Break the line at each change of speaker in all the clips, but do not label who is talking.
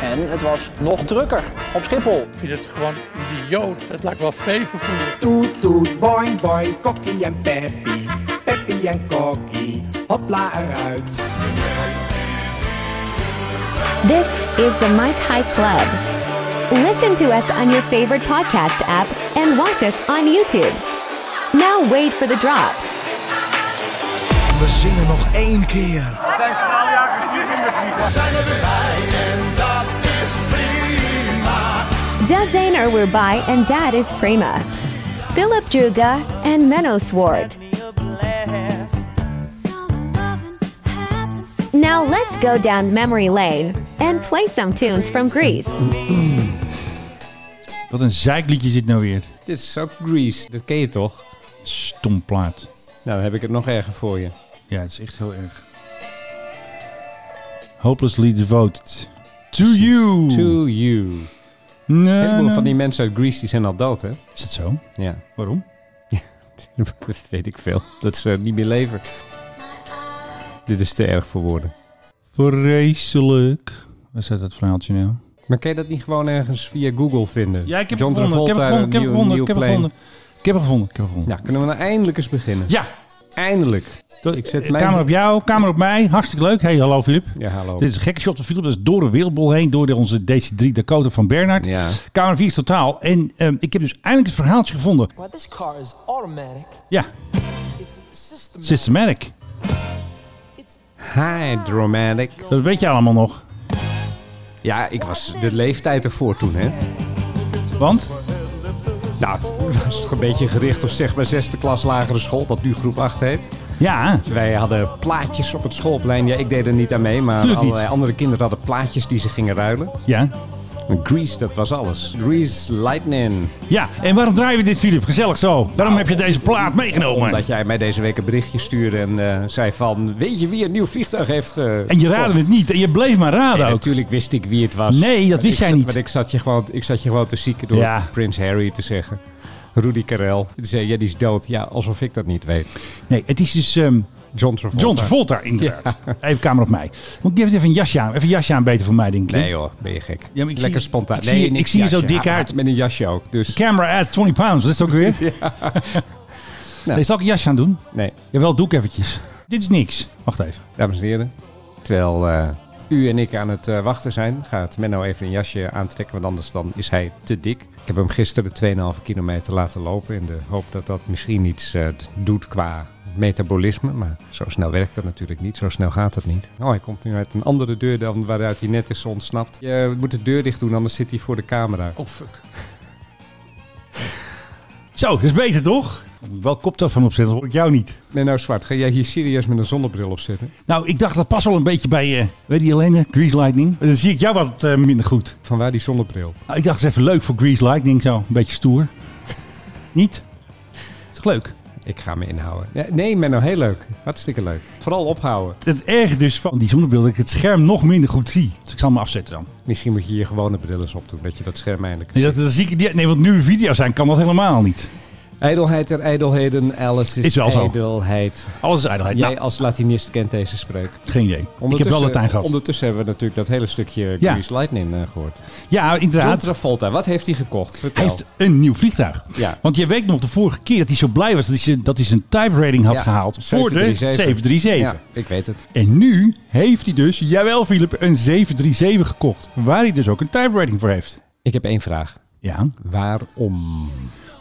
En het was nog drukker op Schiphol.
Ik vind het gewoon idioot. Het lijkt wel veevervoer.
Toet toet, boing boing, kokkie en Peppy. Peppy en kokkie, hopla eruit.
This is the Mike High Club. Listen to us on your favorite podcast app and watch us on YouTube. Now wait for the drop.
We zingen nog één keer.
Dad's Zainer Wurbai and Dad is Prema. Philip Druga and Menno Swart. Now let's go down memory lane and play some tunes from Greece.
Wat een zeikliedje zit nou weer.
Dit is ook Grease. Dat ken je toch?
Stomplaat.
Nou, dan heb ik het nog erger voor je.
Ja, het is echt heel erg. Hopelessly devoted. To you.
To
Eh,
you.
Na,
Een heleboel
na.
van die mensen uit Grease die zijn al dood, hè?
Is het zo?
Ja.
Waarom?
dat weet ik veel. Dat ze niet meer leven. Dit is te erg voor woorden.
Vreselijk. Waar staat dat verhaaltje nou?
Maar kan je dat niet gewoon ergens via Google vinden?
Ja, ik heb
John
het gevonden. Ik heb
Travolta,
het gevonden. Ik heb
een
het
nieuwe-
gevonden. Ik heb
nieuwe
het
plane.
gevonden. Ik heb het gevonden. Ik heb het gevonden.
Nou, kunnen we nou eindelijk eens beginnen?
Ja.
Eindelijk.
Dat-
Ik zet
eh,
mijn-
Kamer op jou, kamer op mij. Hartstikke leuk. Hey, hallo Filip.
Ja, hallo.
Dit is een gekke shot van Philip. Dat is door de wereldbol heen, door de, onze DC3 Dakota van Bernard.
Ja.
Kamer 4 is totaal. En ehm, ik heb dus eindelijk het verhaaltje gevonden.
Well, this car is automatic.
Ja,
It's systematic.
Systematic.
Hi, Dramatic.
Dat weet je allemaal nog.
Ja, ik was de leeftijd ervoor toen, hè?
Want?
Nou, het was toch een beetje gericht op zeg maar zesde klas lagere school, wat nu groep 8 heet.
Ja,
Wij hadden plaatjes op het schoolplein. Ja, ik deed er niet aan mee, maar
Tuurlijk
allerlei
niet.
andere kinderen hadden plaatjes die ze gingen ruilen.
ja.
En Grease, dat was alles. Grease Lightning.
Ja, en waarom draaien we dit, Filip? Gezellig zo. Waarom heb je deze plaat meegenomen?
Omdat jij mij deze week een berichtje stuurde en eh, zei van... Weet je wie een nieuw vliegtuig heeft eh,
En je
gekocht?"
raadde het niet. En je bleef maar
Nee,
raden ook.
natuurlijk wist ik wie het was.
Nee, dat
Maar
wist
ik
jij
zat-
niet.
Maar ik zat je gewoon, ik zat je gewoon te zieken door
Ja.
Prins Harry te zeggen. Rudy Karel. Die zei, ja, die is dood. Ja, alsof ik dat niet weet.
Nee, het is dus ehm,
John Travolta.
John Travolta, inderdaad. Even kamer op mij. Moet ik even een jasje aan? Even een jasje aan beter voor mij, denk ik.
Nee hoor, ben je gek.
maar ik
Lekker
zie-
spontaan.
ik zie je-
niks
ik zie je zo
jasje.
dik uit.
Met een jasje ook. Dus
Camera at 20 pounds, dat is het ook weer. Nee, zal ik een jasje aan doen?
nee,
Jawel, doe ik eventjes. Dit is niks. Wacht even.
dames en heren. Terwijl eh, u en ik aan het eh, wachten zijn, gaat Menno even een jasje aantrekken. Want anders dan is hij te dik. Ik heb hem gisteren 2,5 kilometer laten lopen. In de hoop dat dat misschien iets eh, d- doet qua metabolisme. Maar zo snel werkt dat natuurlijk niet. Zo snel gaat dat niet. Oh, hij komt nu uit een andere deur dan waaruit hij net is ontsnapt. Je moet de deur dicht doen, anders zit hij voor de camera.
Oh, fuck. Zo, dat is beter, toch? Ik moet Wel koptelefoon opzetten, hoor ik jou niet.
Menno Zwart, ga jij hier serieus met een zonnebril op zitten?
Nou, ik dacht dat past wel een beetje bij, eh weet je Helene, Grease Lightning. Dan zie ik jou wat eh, minder goed.
Vanwaar die zonnebril?
Nou, ik dacht, het is even leuk voor Grease Lightning, zo. Een beetje stoer. niet? Is toch leuk?
Ik ga me inhouden. Ja, nee, Menno, heel leuk. Hartstikke leuk. Vooral ophouden.
Het erg dus van die zonnebril, dat ik het scherm nog minder goed zie. Dus ik zal hem afzetten dan.
Misschien moet je hier gewone bril eens op doen, dat je dat scherm eindelijk...
Nee, dat, dat zie ik, niet- nee want nu video's zijn kan dat helemaal niet.
Ijdelheid er ijdelheden, Alice is,
Is wel zo.
ijdelheid.
Alles is ijdelheid.
Jij
Nou,
als Latinist kent deze spreuk.
geen idee. Ik heb
Ondertussen-
wel Latijn gehad.
Ondertussen hebben we natuurlijk dat hele stukje
Ja.
Grease Lightning eh, gehoord.
Ja,
John
inderdaad.
Travolta, wat heeft hij gekocht?
Hij
Vertel.
heeft een nieuw vliegtuig.
Ja.
Want je weet nog de vorige keer dat hij zo blij was dat hij, zijn- dat hij zijn type rating had
Ja,
gehaald voor de
737.
737.
Ja, ik weet het.
En nu heeft hij dus, jawel Philip, een 737 gekocht. Waar hij dus ook een type rating voor heeft.
Ik heb één vraag.
Ja,
Waarom?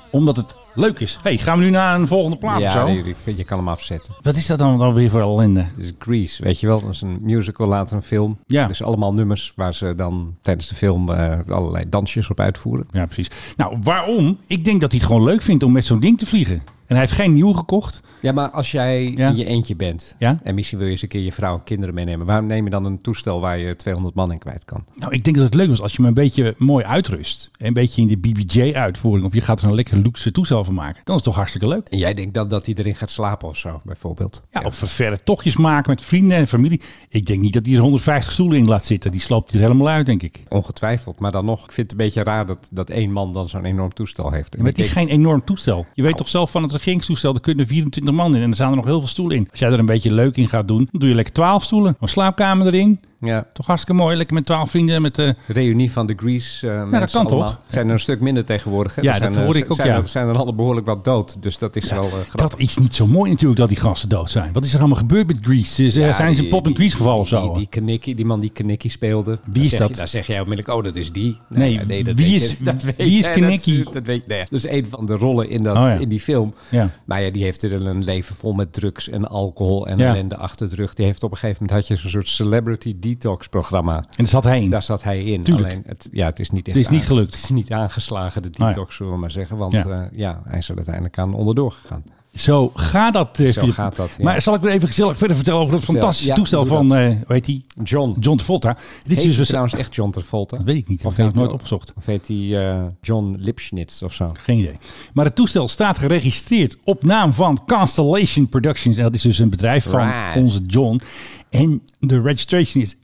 omdat het leuk is. hey, gaan we nu naar een volgende plaat of
ja,
zo?
nee, je, je kan hem afzetten.
Wat is dat dan, dan weer voor ellende?
Het is Grease, weet je wel. Dat is een musical, later een film.
Ja.
Dus allemaal nummers waar ze dan tijdens de film eh, allerlei dansjes op uitvoeren.
Ja, precies. Nou, waarom? Ik denk dat hij het gewoon leuk vindt om met zo'n ding te vliegen. En hij heeft geen nieuw gekocht.
Ja, maar als jij
Ja.
in je eentje bent
Ja.
en misschien wil je eens een keer je vrouw en kinderen meenemen, waarom neem je dan een toestel waar je 200 man in kwijt kan?
Nou, ik denk dat het leuk was als je me een beetje mooi uitrust. Een beetje in de BBJ-uitvoering. Of je gaat er een lekker luxe toestel van maken. Dan is het toch hartstikke leuk.
En jij denkt dan dat hij erin gaat slapen of zo, bijvoorbeeld.
Ja, of verre tochtjes maken met vrienden en familie. Ik denk niet dat hij er 150 stoelen in laat zitten. Die sloopt hij er helemaal uit, denk ik.
Ongetwijfeld, maar dan nog, ik vind het een beetje raar dat, dat één man dan zo'n enorm toestel heeft.
Maar het is geen enorm toestel. Je
Nou.
weet toch zelf van het regeringstoestel, daar kunnen 24 man in en er staan er nog heel veel stoelen in. Als jij er een beetje leuk in gaat doen, dan doe je lekker 12 stoelen. Een slaapkamer erin,
Ja,
Toch hartstikke mooi. Lekker met twaalf vrienden. Met, eh,
reunie van de Grease. eh, mensen
dat kan toch?
allemaal. Zijn er een stuk minder tegenwoordig. hè?
Ja,
Er zijn,
dat hoor
eh,
ik ook,
zijn,
ja.
er- zijn er al behoorlijk wat dood. Dus dat is wel eh, grappig.
dat is niet zo mooi natuurlijk dat die gasten dood zijn. Wat is er allemaal gebeurd met Grease? Is, eh,
Ja,
zijn ze
die-
pop en
die-
Grease gevallen of
die-
zo?
Die, die, Kanicki- die man die Kanicki speelde.
Wie
Dan
is
zeg
dat?
Je, dan zeg jij onmiddellijk, oh, dat is die.
Nee,
ja,
wie
weet
is-
je- dat
wie
weet
is
jij, dat-
Kanicki?
Dat, weet, nee, dat is een van de rollen in, dat,
Oh ja.
in die film.
Ja.
Maar ja, die heeft er een leven vol met drugs en alcohol en
Ja.
ellende achter de rug. Die heeft op een gegeven moment had je zo'n soort celebrity detox programma.
En daar zat hij in.
Daar zat hij in.
Tuurlijk.
Alleen, het, ja, het is niet echt
Het is niet
aan-
gelukt.
Het is niet aangeslagen, de
ja.
detox, zullen we maar zeggen. Want
Ja.
ja. ja, hij is er uiteindelijk aan onderdoor gegaan.
Zo gaat dat, eh,
Zo
Philip.
gaat dat, ja.
Maar zal ik weer even gezellig verder vertellen over dat fantastische
ja,
toestel
doe
van,
dat.
eh hoe heet die?
John.
John Travolta. Dit is
Heet
dus
hij
een-
trouwens echt John Travolta?
Dat weet ik niet.
Of
Heb ik
heet
nooit
hij-
opgezocht.
Of heet hij eh, John Lipschnitz of zo?
Geen idee. Maar het toestel staat geregistreerd op naam van Constellation Productions. En dat is dus een bedrijf van
Right.
onze John. En de registration is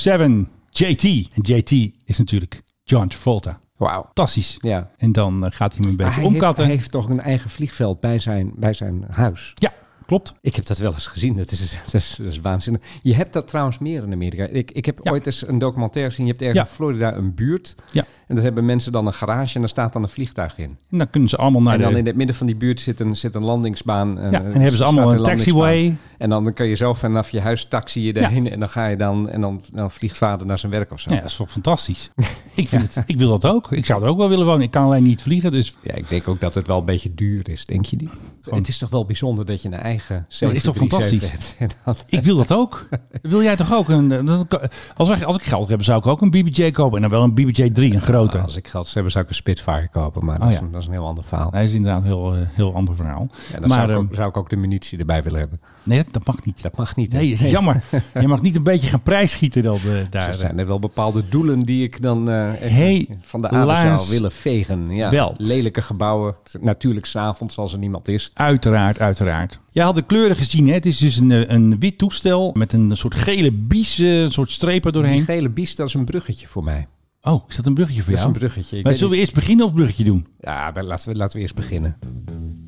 N327JT. En JT is natuurlijk John Travolta.
Wauw.
Fantastisch.
Ja.
En dan eh, gaat hij hem een
Maar
beetje
hij heeft,
omkatten.
hij heeft toch een eigen vliegveld bij zijn, bij zijn huis.
Ja, klopt.
Ik heb dat wel eens gezien. Dat is, dat is, dat is waanzinnig. Je hebt dat trouwens meer in Amerika. Ik, ik heb
Ja.
ooit eens een documentaire gezien. Je hebt ergens
Ja.
in Florida een buurt.
Ja.
En daar hebben mensen dan een garage en daar staat dan een vliegtuig in.
En dan kunnen ze allemaal naar
en dan
de...
in het midden van die buurt zit een, zit een landingsbaan. eh,
Ja, en hebben ze
staat
allemaal een
landingsbaan.
taxiway.
En dan kan je zelf vanaf je huis taxi je daarheen. En dan ga je dan, en dan, dan vliegt vader naar zijn werk of zo.
Ja, dat is toch fantastisch. ik, vind het, ik wil dat ook. Ik zou er ook wel willen wonen. Ik kan alleen niet vliegen, dus...
Ja, ik denk ook dat het wel een beetje duur is, denk je niet? Het is toch wel bijzonder dat je een eigen
dat is toch
737 hebt. En dat-
Ik wil dat ook. Wil jij toch ook? Een, eh, dat kan- als, wij- als ik geld heb, zou ik ook een BBJ kopen. En dan wel een BBJ 3, een grote.
Nou, als ik geld zou hebben, zou ik een Spitfire kopen. Maar dat,
Oh
is,
ja.
een, dat is een heel ander verhaal.
Dat is inderdaad een heel, eh, heel ander verhaal.
Ja, dan
maar
zou, ik
ehm,
ook, zou ik ook de munitie erbij willen hebben.
nee, dat mag niet.
Dat mag niet. hè?
Nee, dat is jammer. Je mag niet een beetje gaan prijsschieten dan, eh,
Er
daar.
zijn er wel bepaalde doelen die ik dan eh, echt
Hey,
van de aarde
Lars.
zou willen vegen. Ja,
Wel.
Lelijke gebouwen. Natuurlijk s'avonds als er niemand is.
Uiteraard, uiteraard. Jij had de kleuren gezien. Hè? Het is dus een, eh, een wit toestel met een soort gele bies, eh, een soort strepen
Die
doorheen.
gele biest, dat is een bruggetje voor mij.
Oh, is dat een bruggetje voor
Dat is
jou?
een bruggetje. Ik
Maar
weet
zullen we eerst beginnen of bruggetje doen?
Ja, maar laten we, laten we eerst beginnen.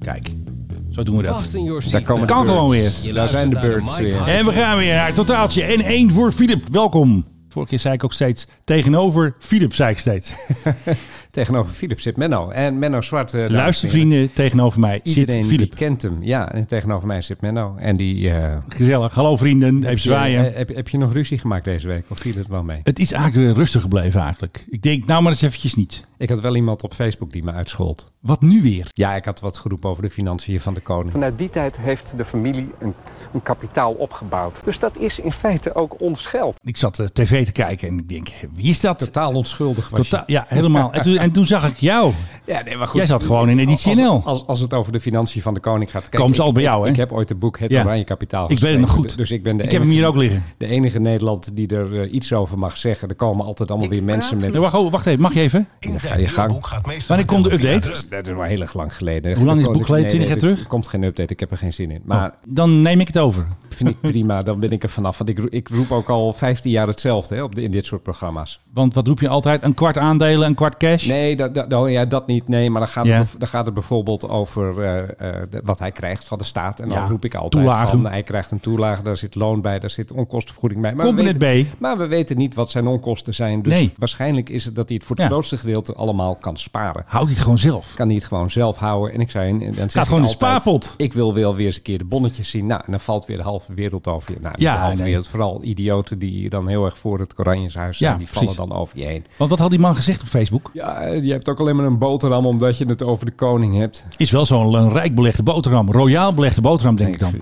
Kijk, zo doen we dat.
Vast in your
Daar
seat.
komen
kan
de birds.
gewoon weer.
Je
Daar zijn
luistert
de
naar de
birds
Mike
weer.
High
En we gaan weer naar het totaaltje. En één voor Filip. Welkom. Vorige keer zei ik ook steeds tegenover Filip, zei ik steeds.
Tegenover Philip zit Menno. En Menno Zwart. eh, dames en heren.
Luistervrienden, tegenover mij
Iedereen
zit
die
Filip.
kent hem. Ja, en tegenover mij zit Menno. En die... eh,
Gezellig. Hallo vrienden, even zwaaien.
eh, heb, heb je nog ruzie gemaakt deze week? Of viel het wel mee?
Het is eigenlijk weer rustig gebleven eigenlijk. Ik denk, nou maar eens eventjes niet.
Ik had wel iemand op Facebook die me uitschold.
Wat nu weer?
Ja, ik had wat geroepen over de financiën van de koning.
Vanuit die tijd heeft de familie een, een kapitaal opgebouwd. Dus dat is in feite ook ons geld.
Ik zat eh, tv te kijken en ik denk, wie is dat?
Totaal onschuldig was
Totaal- ja, helemaal. En toen, en toen zag ik jou.
je. Ja, nee, maar goed.
Jij zat gewoon in editie
als,
NL.
als, als het over de financiën van de koning gaat. kijk,
Komen ze
ik-
al bij
ik-
jou, hè?
Ik heb ooit het boek Het
Ja.
Oranje Kapitaal
Ik weet het
geschreven.
nog goed.
Dus ik ben de
Ik heb hem
enige-
hier ook liggen.
De enige Nederland die er eh, iets over mag zeggen. Er komen altijd allemaal weer mensen met...
Nee, wacht, oh, wacht even, mag je even?
In
ga je
zijn
gang.
boek gaat meestal...
Wanneer komt de
vertellen
update?
via druk.
Dat is wel heel erg lang geleden.
Hoe lang is het
Er
boek geleden? 20
komt-
jaar
er-
terug?
Er komt geen update, ik heb er geen zin in. Maar
Oh, Dan neem ik het over.
vind ik prima, dan ben ik er vanaf. Want ik, roep- ik roep ook al 15 jaar hetzelfde hè, op de, in dit soort programma's.
Want wat roep je altijd? Een kwart aandelen, een kwart cash?
Nee, dat, dat, oh ja, dat niet. Nee, maar dan gaat,
Ja.
het, bev- dan gaat het bijvoorbeeld over eh, eh, de- wat hij krijgt van de staat. En dan
Ja,
roep ik altijd
toelage.
van, hij krijgt een toelage, daar zit loon bij, daar zit onkostenvergoeding bij. Maar we,
Component
weten,
B.
maar we weten niet wat zijn onkosten zijn. Dus
Nee.
waarschijnlijk is het dat hij het voor het
Ja.
grootste gedeelte allemaal kan sparen.
Houd dit gewoon zelf.
kan hij het gewoon zelf houden. En ik zei, en dan zeg
Gaat
ik
gewoon in de
altijd,
spaarpot.
Ik wil wel weer eens een keer de bonnetjes zien. Nou, en dan valt weer de halve wereld over je. Nou,
Ja,
ja, de halve
nee.
wereld. Vooral idioten die dan heel erg voor het Koranjeshuis zijn.
Ja,
die
precies.
vallen dan over je heen.
Want wat had die man gezegd op Facebook?
Ja, je hebt ook alleen maar een boterham omdat je het over de koning hebt.
Is wel zo'n een rijk belegde boterham. Royaal belegde boterham, denk ik dan.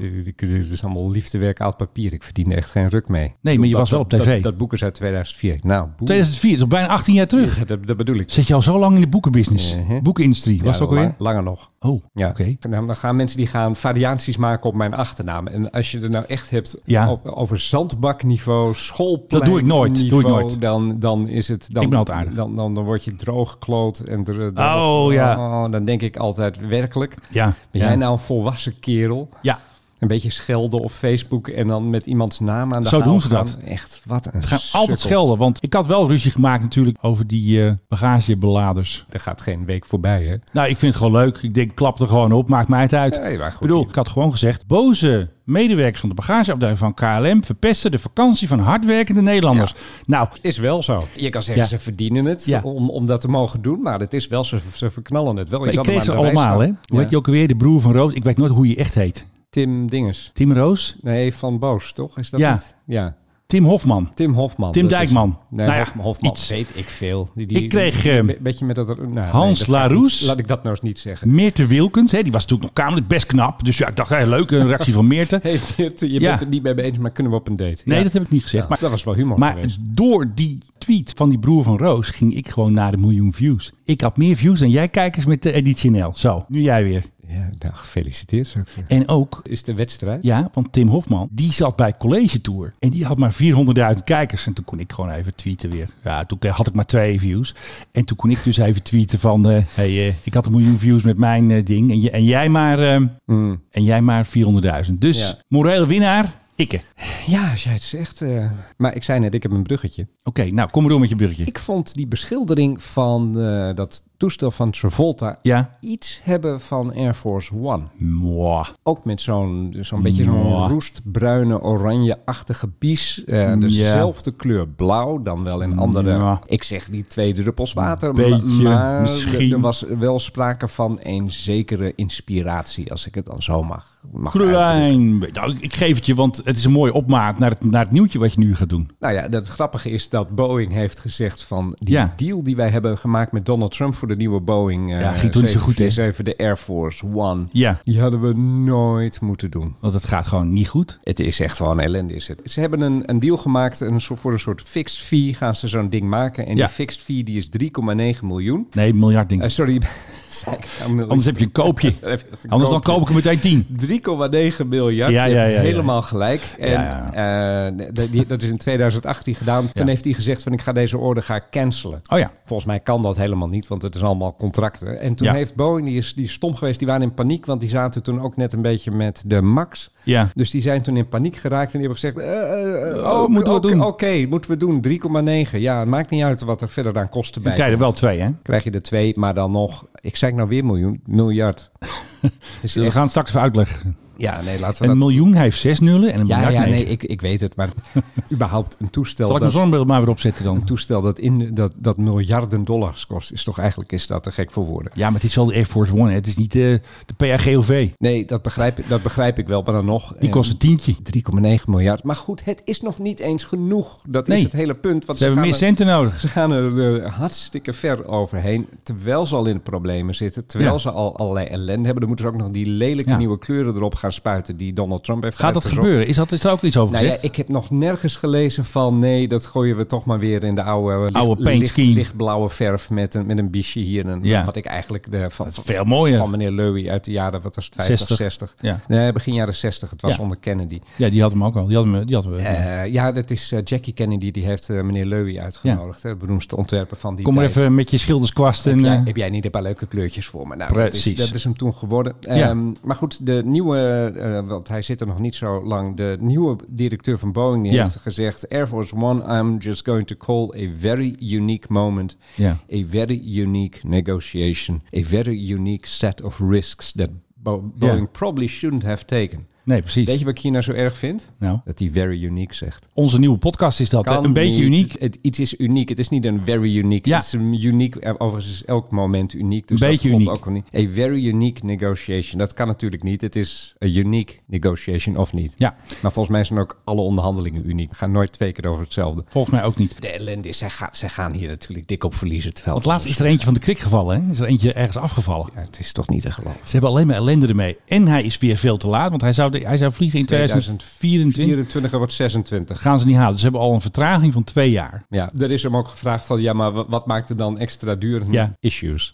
Het is allemaal liefdewerk oud papier. Ik verdien er echt geen ruk mee.
maar je
Ik bedoel,
was wel
dat-
op tv.
Dat, dat boek is uit 2004. Nou, boe.
2004, dat is bijna 18 jaar terug.
Dat, dat bedoel ik.
Zit je al zo lang in de boekenbusiness?
Mhm.
Boekenindustrie, was
Ja,
dat ook alweer?
lang- Langer nog.
Oh,
Ja.
oké.
Nou, dan gaan mensen die gaan variaties maken op mijn achternaam. En als je er nou echt hebt
Ja.
op, over zandbakniveau, schoolplein.
Dat doe ik nooit, doe ik
niveau,
nooit.
Dan, dan is het. Dan,
Ik ben altijd aardig.
Dan, dan, dan word je droogkloot. En dr- dan,
Oh, ja.
oh, dan denk ik altijd werkelijk.
Ja,
Ben
ja.
jij nou een volwassen kerel?
Ja,
een beetje schelden op Facebook en dan met iemands naam aan de
Zo
haal
doen ze
gaan.
dat.
Echt, wat een
Ze gaan altijd
sukkels.
schelden, want ik had wel ruzie gemaakt natuurlijk over die eh, bagagebeladers.
Er gaat geen week voorbij, hè?
Nou, ik vind het gewoon leuk. Ik denk, klap er gewoon op, maakt mij het uit.
Nee, maar
ik
goed,
bedoel,
hier-
ik had gewoon gezegd, boze medewerkers van de bagageafdeling van KLM verpesten de vakantie van hardwerkende Nederlanders. Nou,
Is wel zo. Je kan zeggen,
Ja.
ze verdienen het
Ja.
om, om dat te mogen doen. Maar het is wel, ze, ze verknallen het wel.
maar
Je
ik
zal er
kreeg ze
maar aan bewijs
allemaal, hè. Hoe
staan.
heet je
Ja.
ook weer? De broer van Roos. Ik weet nooit hoe je echt heet.
Tim Dinges.
Tim Roos?
Nee, Van Boos, toch? Is dat
Ja.
niet? Ja.
Tim Hofman.
Tim Hofman.
Tim
dat is-
Dijkman.
nee,
Nou ja,
Hofman, Hofman.
iets.
Weet ik veel. Die,
Ik kreeg, ehm,
Be- beetje met dat... nou, nee,
Hans
dat ga ik
Laroes.
niet- Laat ik dat nou eens niet zeggen.
Meerte Wilkens, hè, die was natuurlijk nog kamerlijk best knap. Dus ja, ik dacht, hé, leuk, een reactie van Meerte.
Hey, Bert, je
Ja.
bent het niet mee eens, maar kunnen we op een date?
Nee,
Ja.
dat heb ik niet gezegd.
Ja,
maar
dat was wel humor
Maar
geweest.
door die tweet van die broer van Roos ging ik gewoon naar de miljoen views. Ik had meer views dan jij kijkers met de editie NL. Zo, nu jij weer.
Ja, nou, gefeliciteerd zou ik zeggen.
En ook,
Is de wedstrijd?
ja, want Tim Hofman, die zat bij College Tour. En die had maar 400.000 kijkers. En toen kon ik gewoon even tweeten weer. Ja, toen had ik maar twee views. En toen kon ik dus even tweeten van... eh, hey, eh, ik had een miljoen views met mijn eh, ding. En, je- en jij maar, eh,
Mm.
en jij maar 400.000. Dus
Ja.
morele winnaar, ikke. Oké,
Ja, als jij het zegt. eh. Maar ik zei net, ik heb een bruggetje.
nou, kom maar door met je burgertje.
Ik vond die beschildering van eh, dat toestel van Travolta
Ja.
iets hebben van Air Force One.
Mwah.
Ook met zo'n zo'n beetje zo'n
Mwah.
roestbruine, oranje-achtige bies. Eh, dezelfde kleur blauw, dan wel in andere...
Mwah.
Ik zeg niet twee druppels water,
Beetje,
maar- maar
misschien.
er was wel sprake van een zekere inspiratie, als ik het dan zo mag, mag uitdrukken.
Groen. Nou, ik geef het je, want het is een mooie opmaat naar het, naar het nieuwtje wat je nu gaat doen.
Nou ja, dat grappige is dat Boeing heeft gezegd van die
Ja.
deal die wij hebben gemaakt met Donald Trump voor de nieuwe Boeing eh
Ja, ging toen niet zo goed, hè?
747, de Air Force One.
Ja,
Die hadden we nooit moeten doen.
want het gaat gewoon niet goed.
Het is echt wel een ellende, is het. Ze hebben een, een deal gemaakt een soort, voor een soort fixed fee. Gaan ze zo'n ding maken. En
Ja.
die fixed fee die is 3,9 miljoen.
Nee, miljard ding.
Eh, sorry, zei ik nou miljoen?
Anders heb je een koopje.
Dan heb je een
Anders dan
koopje.
koop ik er meteen tien.
3,9 miljard.
Ja,
Je
ja,
hebt
ja, ja.
helemaal gelijk. En
Ja,
eh, d- die- dat is in 2018 gedaan.
Ja.
Toen heeft hij gezegd van ik ga deze order ga ik cancelen.
Oh ja.
Volgens mij kan dat helemaal niet, want het is allemaal contracten. En toen
Ja.
heeft Boeing, die is, die is stom geweest, die waren in paniek, want die zaten toen ook net een beetje met de Max.
Ja.
Dus die zijn toen in paniek geraakt en die hebben gezegd: eh, eh, eh,
Oh,
ook-
moeten we
ook-
doen.
Oké, moeten we doen. 3,9. Ja, het maakt niet uit wat er verder aan kosten bij
Dan krijg je er
komt
wel twee, hè?
krijg je er twee, maar dan nog, ik zei het nou weer miljoen, miljard. Het is
Dus we
echt-
gaan het straks even uitleggen.
ja, nee, laten we
Een
dat...
miljoen heeft zes nullen en een
Ja,
miljard
ja, nee,
negen.
ik, ik weet het, maar überhaupt een toestel
Zal ik mijn
dat...
zonnebril maar weer opzetten dan?
Een toestel dat, in, dat, dat miljarden dollars kost, is toch eigenlijk is dat te gek voor woorden.
Ja, maar het is wel de Air Force One. Hè. Het is niet eh, de PAGOV.
Nee, dat begrijp, ik- dat begrijp ik wel, maar dan nog...
Die
eh,
kost een tientje.
3,9 miljard. Maar goed, het is nog niet eens genoeg. Dat
Nee.
is het hele punt. Want
Ze hebben meer
gaan er-
centen nodig.
Ze gaan er eh, hartstikke ver overheen, terwijl ze al in de problemen zitten, terwijl
Ja.
ze al allerlei ellende hebben. Dan moeten ze ook nog die lelijke
Ja.
nieuwe kleuren erop gaan spuiten die Donald Trump heeft
Gaat dat
uitgezocht.
gebeuren? Is, dat, is daar ook iets over
Nou ja,
gezegd?
ik heb nog nergens gelezen van nee, dat gooien we toch maar weer in de oude, eh, licht-
Oude paint
licht,
scheme.
lichtblauwe verf met een, met een biesje hier. En
Ja.
Wat ik eigenlijk de, van,
Dat is veel mooier.
van meneer Lewy uit de jaren wat was het, 50, 60.
60. Ja.
Nee, begin jaren 60. Het was
Ja.
onder Kennedy.
Ja, die had hem ook al. Die hadden we. Die hadden we.
Eh, ja, dat is eh, Jackie Kennedy, die heeft eh, meneer Lewy uitgenodigd. hè, De beroemdste ontwerper van die
Kom maar
tijd.
even met je schilderskwast en...
Heb jij,
eh,
heb jij niet een paar leuke kleurtjes voor me? Nou, Dat,
Precies.
is, dat is hem toen geworden.
Ja.
Ehm, maar goed, de nieuwe, eh, want hij zit er nog niet zo lang. De nieuwe directeur van Boeing die
Ja.
heeft gezegd: Air Force One, I'm just going to call a very unique moment.
Ja.
A very unique negotiation. A very unique set of risks that Bo-
Ja.
Boeing probably shouldn't have taken.
Nee, precies.
Weet je wat ik hier nou zo erg vind?
Nou,
Dat hij very unique zegt.
onze nieuwe podcast is dat. hè?
Kan
Een beetje
niet.
uniek.
Het, het- iets is uniek. Het is niet een very unique.
Ja.
Het is een uniek. eh, Overigens is elk moment uniek. Dus
Een
dat
beetje
komt
uniek.
Ook wel niet. A very unique negotiation. Dat kan natuurlijk niet. Het is een unique negotiation of niet.
Ja.
Maar volgens mij zijn ook alle onderhandelingen uniek. We gaan nooit twee keer over hetzelfde.
Volgens mij ook niet.
De ellende is, zij, gaat, zij gaan hier natuurlijk dik op verliezen. Terwijl
Want laatst is er eentje van de krik gevallen. Hè? Is er eentje ergens afgevallen.
Ja, het is toch niet te geloven.
Ze hebben alleen maar ellende ermee. En hij is weer veel te laat. Want hij zou, de- hij zou vliegen in 2024.
24 wordt 26.
Gaan ze niet halen. Dus ze hebben al een vertraging van twee jaar.
Ja, er is hem ook gevraagd van, ja, maar wa- wat maakt er dan extra duur? Hm,
Ja.
Issues.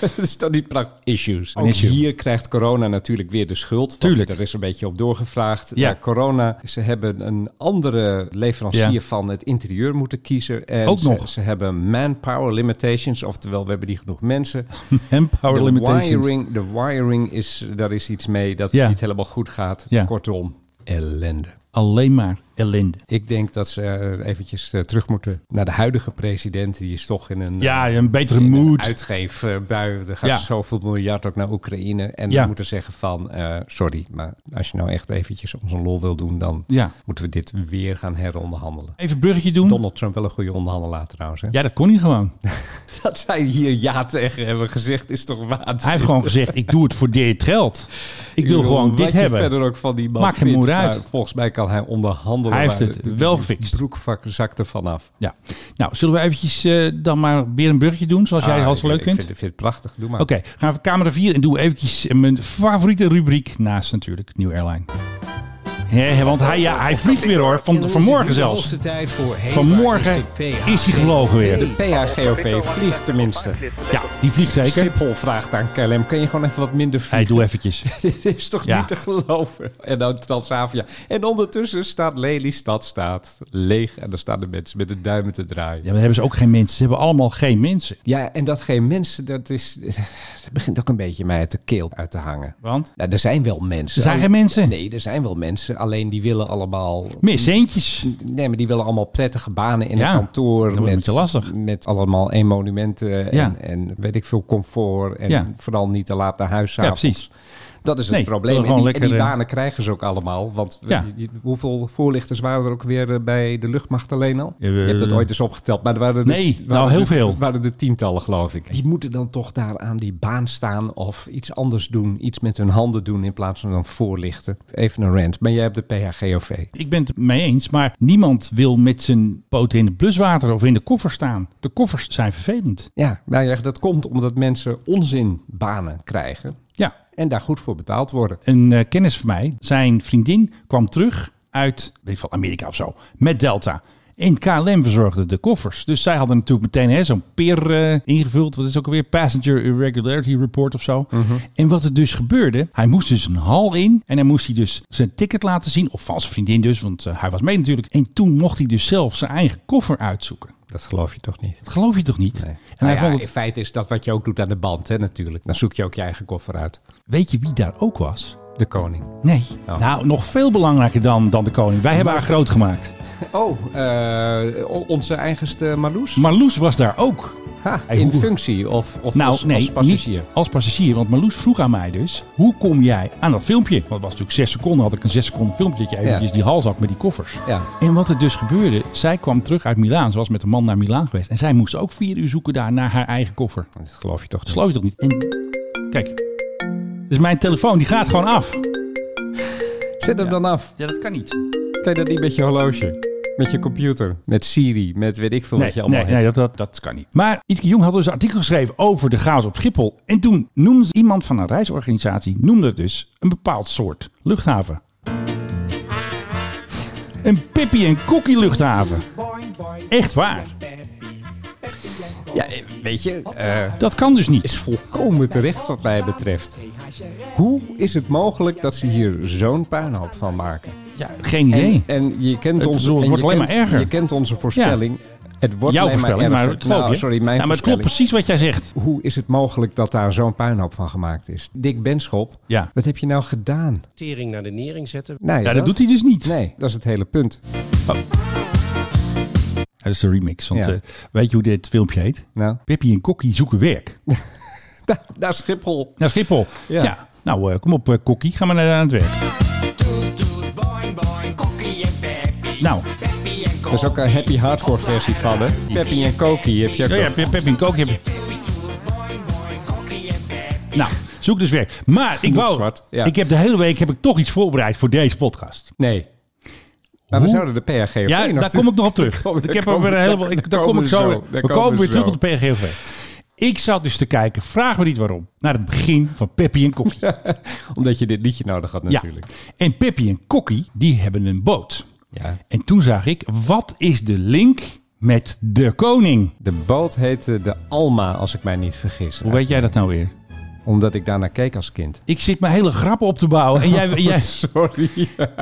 dat is dan niet prachtig. Issues.
Een
Ook
issue.
hier krijgt corona natuurlijk weer de schuld. want
Tuurlijk.
Er is een beetje op doorgevraagd.
Ja.
Eh, corona, ze hebben een andere leverancier
Ja.
van het interieur moeten kiezen. En
Ook
ze,
nog.
Ze hebben manpower limitations, oftewel we hebben niet genoeg mensen.
Hem power
de
limitations.
wiring, de wiring is, daar is iets mee dat
Ja.
niet helemaal goed goed gaat.
Ja.
Kortom, ellende.
Alleen maar ellende.
Ik denk dat ze eh, eventjes eh, terug moeten naar de huidige president. Die is toch in een, eh,
Ja, een betere
in een
mood.
uitgeefbui. Er gaat
Ja.
zoveel miljard ook naar Oekraïne. En
Ja.
we moeten zeggen van, eh, sorry, maar als je nou echt eventjes onze lol wil doen... dan
Ja.
moeten we dit weer gaan heronderhandelen.
Even een bruggetje doen.
Donald Trump wel een goede onderhandelaar trouwens. Hè?
Ja, dat kon hij gewoon.
Dat zij hier ja tegen hebben gezegd is toch waanzinnig.
Hij heeft gewoon gezegd, ik doe het voor dit geld. Ik wil
bedoel,
gewoon
wat
dit
je
hebben.
verder ook van die man
Maakt geen
vindt,
moer uit.
maar Volgens mij kan hij onderhandelen.
Hij heeft
maar
het
de- de-
wel
de
gefixt.
broekvak zakt er vanaf.
Ja. Nou, zullen we eventjes eh, dan maar weer een bruggetje doen, zoals jij
Ah,
het zo
ik-
leuk
ik
vindt?
Vind, ik vind het prachtig. Doe maar.
Oké, gaan we camera 4 en doen we eventjes eh, mijn favoriete rubriek naast natuurlijk New Airline. Hè, want hij, ja, hij vliegt weer hoor, van, vanmorgen zelfs. Vanmorgen is hij gevlogen weer.
PHGOV vliegt tenminste.
Ja, die vliegt zeker.
Schiphol vraagt aan KLM, kan je gewoon even wat minder
Hij
vliegen?
doe eventjes.
Dit is toch
Ja.
niet te geloven? En dan Transavia. En ondertussen staat Lelystad staat leeg. En dan staan de mensen met de duimen te draaien.
Ja, maar dan hebben ze ook geen mensen. Ze hebben allemaal geen mensen.
Ja, en dat geen mensen, dat is. Het begint ook een beetje mij uit de keel uit te hangen.
Want
Nou, er zijn wel mensen.
er zijn geen mensen.
Nee, er zijn wel mensen. Alleen die willen allemaal.
Meer centjes.
Nee, maar die willen allemaal prettige banen in
Ja,
een kantoor.
dat wordt een beetje lastig.
Met allemaal één monumenten en,
Ja.
en weet ik veel comfort. En
Ja.
vooral niet te laat naar huis.
Ja,
s'avonds.
precies.
Dat is het
Nee,
probleem.
willen
En die,
gewoon
en die
lekker, eh,
banen krijgen ze ook allemaal. Want
Ja.
je- hoeveel voorlichters waren er ook weer eh, bij de luchtmacht alleen al?
Ja,
Je
we-
hebt dat ooit eens opgeteld. Maar er waren er-
Nee,
waren
nou,
er-
heel veel.
waren er tientallen, geloof ik. Die moeten dan toch daar aan die baan staan of iets anders doen. Iets met hun handen doen in plaats van dan voorlichten. Even een rant. Maar jij hebt de PHGOV.
Ik ben het mee eens, maar niemand wil met zijn poten in het bluswater of in de koffer staan. De koffers zijn vervelend.
Ja, nou ja, dat komt omdat mensen onzinbanen krijgen.
Ja,
En daar goed voor betaald worden.
een eh, kennis van mij, zijn vriendin kwam terug uit weet ik veel, Amerika of zo, met Delta. En KLM verzorgde de koffers. Dus zij hadden natuurlijk meteen hè, zo'n peer eh, ingevuld. Wat is ook alweer? Passenger Irregularity Report of zo.
Mhm.
En wat er dus gebeurde. Hij moest dus een hal in. En dan moest hij dus zijn ticket laten zien. Of van zijn vriendin dus. Want eh, hij was mee natuurlijk. En toen mocht hij dus zelf zijn eigen koffer uitzoeken.
Dat geloof je toch niet?
Dat geloof je toch niet?
Nee.
En
Nou
hij
ja,
vond het
In feite is dat wat je ook doet aan de band, hè, natuurlijk. Dan zoek je ook je eigen koffer uit.
Weet je wie daar ook was?
De koning.
Nee.
Oh.
Nou, nog veel belangrijker dan, dan de koning. Wij hebben haar groot gemaakt.
Oh, eh, o- onze eigenste Marloes?
Marloes was daar ook.
Ha,
Hey,
in
hoe-
functie of, of
Nou,
als,
nee,
als passagier?
niet als passagier. Want Marloes vroeg aan mij dus, hoe kom jij aan dat filmpje? Want het was natuurlijk zes seconden, had ik een zes seconden filmpje dat je eventjes
Ja.
die hals had met die koffers.
Ja.
En wat er dus gebeurde, zij kwam terug uit Milaan. Ze was met een man naar Milaan geweest. En zij moest ook vier uur zoeken daar naar haar eigen koffer.
Dat geloof je toch niet?
Sloot je toch niet? En kijk, dus mijn telefoon die gaat gewoon af.
Zet hem dan af.
Ja, dat kan niet.
Kan je dat niet met je horloge? Met je computer? Met Siri? Met weet ik veel
Nee,
wat je allemaal
nee, nee dat, dat, dat kan niet. Maar Ietke Jong had dus een artikel geschreven over de chaos op Schiphol. En toen noemde iemand van een reisorganisatie noemde het dus een bepaald soort luchthaven. Een Pippi en Kokkie luchthaven. Echt waar.
Ja, eh, weet je, eh,
Dat kan dus niet.
is volkomen terecht wat mij betreft. Hoe is het mogelijk dat ze hier zo'n puinhoop van maken?
Ja, geen
En,
idee.
en je kent
Het-
onze,
het
en je
wordt alleen
kent-
maar erger.
Je kent onze voorspelling. Het wordt
Jouw
alleen maar
voorspelling, maar
erger.
ik geloof
Nou,
je.
sorry, mijn
ja, maar het klopt
voorspelling.
precies wat jij zegt.
Hoe is het mogelijk dat daar zo'n puinhoop van gemaakt is? Dick Benschop,
Ja.
wat heb je nou gedaan?
tering naar de nering zetten.
Nou,
Ja, dat doet hij dus niet.
Nee, dat is het hele punt.
Dat is de remix. Want
Ja.
eh, weet je hoe dit filmpje heet?
Nou,
Pippi en Kokkie zoeken werk.
daar, daar is Schiphol.
Naar Schiphol. Ja.
Ja.
Nou, eh, kom op, eh, Kokkie. Ga maar naar aan het werk. Nou,
Er is ook een happy hardcore versie van, hè? Peppy en Koki heb je ook
Ja, ja,
nog.
Pep- Peppi en Kook heb Nou, zoek dus werk. Maar ik
Genoeg
wou,
zwart, ja.
ik heb de hele week heb ik toch iets voorbereid voor deze podcast.
Nee. Maar
Hoe?
we zouden de PHG
Ja, daar kom ik nog op terug.
Daar komen-
ik heb
daar
ook weer een
komen-
heleboel. ik-
daar
Daar kom
komen
ik
we
zo.
zo.
We
Daar
komen
komen
weer
we
terug
zo.
op de PGV. Ik zat dus te kijken, vraag me niet waarom, naar het begin van Peppi en Kokkie. Ja,
Omdat je dit liedje nodig had natuurlijk.
en Peppi en Kokkie, die hebben een boot.
Ja.
En toen zag ik, wat is de link met de koning?
De boot heette de Alma, als ik mij niet vergis.
Hoe weet jij dat nou weer?
Omdat ik daarnaar keek als kind.
Ik zit mijn hele grap op te bouwen. En jij, jij,
Sorry.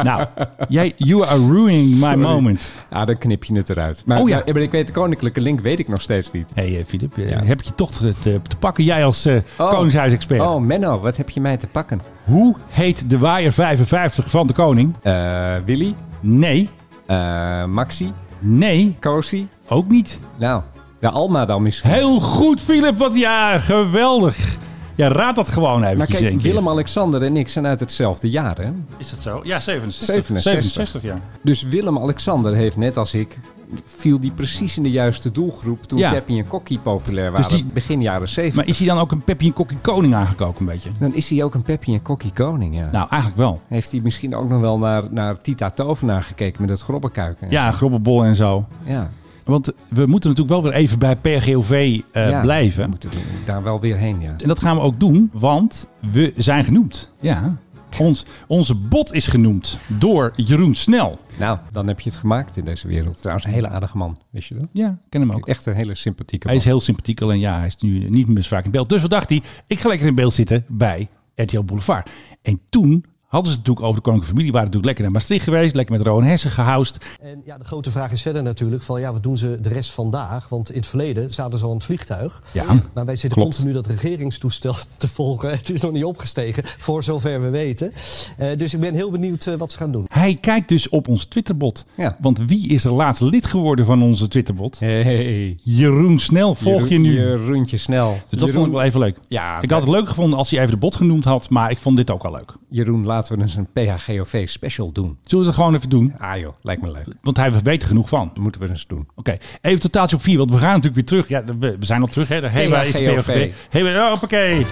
nou, jij, you are ruining my
Sorry.
moment.
Ah, dan knip je het eruit. Maar,
Oh ja.
maar- maar ik weet de koninklijke link weet ik nog steeds niet.
Hé hey, eh, Filip, eh,
Ja.
heb ik je toch te, te- te pakken? Jij als eh koningshuisexpert.
Oh, Menno, wat heb je mij te pakken?
Hoe heet de waaier 55 van de koning?
Eh, Willy,
Nee,
eh, Maxi,
nee,
Cosi.
ook niet.
Nou, de Alma dan misschien.
Heel goed Filip, wat ja, geweldig. Ja, raad dat gewoon even.
maar kijk, Willem-Alexander en ik zijn uit hetzelfde jaar, hè?
Is dat zo? Ja, 67.
67.
67, ja.
Dus Willem-Alexander heeft net als ik... viel die precies in de juiste doelgroep toen
Ja.
Peppy en Kokkie populair
Dus
waren.
die-
Begin jaren 70.
Maar is hij dan ook een Peppie en Kokkie koning aangekomen een beetje?
Dan is hij ook een Peppy en Kokkie koning, ja.
Nou, eigenlijk wel.
Heeft hij misschien ook nog wel naar, naar Tita Tovenaar gekeken met het grobbenkuik? en
Ja, grobbelbol en zo.
zo? ja.
Want we moeten natuurlijk wel weer even bij PRGOV eh,
Ja,
blijven.
we moeten daar wel weer heen, ja.
En dat gaan we ook doen, want we zijn genoemd. Ja. Ons, onze bot is genoemd door Jeroen Snel.
Nou, dan heb je het gemaakt in deze wereld. Trouwens, een hele aardige man, wist je dat?
Ja, ken hem ook.
Echt een hele sympathieke
Hij
man.
is heel sympathiek, alleen ja, hij is nu niet meer zo vaak in beeld. Dus wat dacht hij? Ik ga lekker in beeld zitten bij RTL Boulevard. En toen hadden ze het natuurlijk over de koninklijke familie. Waren natuurlijk lekker naar Maastricht geweest, lekker met Rowan Hessen gehoust.
En ja, de grote vraag is verder natuurlijk van ja, wat doen ze de rest vandaag? Want in het verleden zaten ze al in het vliegtuig.
Ja,
Maar wij zitten
klopt.
continu dat regeringstoestel te volgen. Het is nog niet opgestegen, voor zover we weten. Eh, dus ik ben heel benieuwd eh, wat ze gaan doen.
Hij kijkt dus op onze Twitterbot.
Ja.
Want wie is er laatst lid geworden van onze Twitterbot?
Hey,
Jeroen Snel, volg je nu.
Je rondje snel.
Dus dat vond ik wel even leuk.
Ja,
ik had het leuk gevonden als hij even de bot genoemd had, maar ik vond dit ook al leuk.
Jeroen, laten we eens een PHGOV special doen.
Zullen we het gewoon even doen?
Ah joh, lijkt me leuk.
Want hij weet er genoeg van.
Dat moeten we eens doen.
Oké, even totaaltje op vier, want we gaan natuurlijk weer terug. Ja, we, we zijn al terug, hè? De Hewa is de
PHGOV.
PHGOV. Hewa, hoppakee.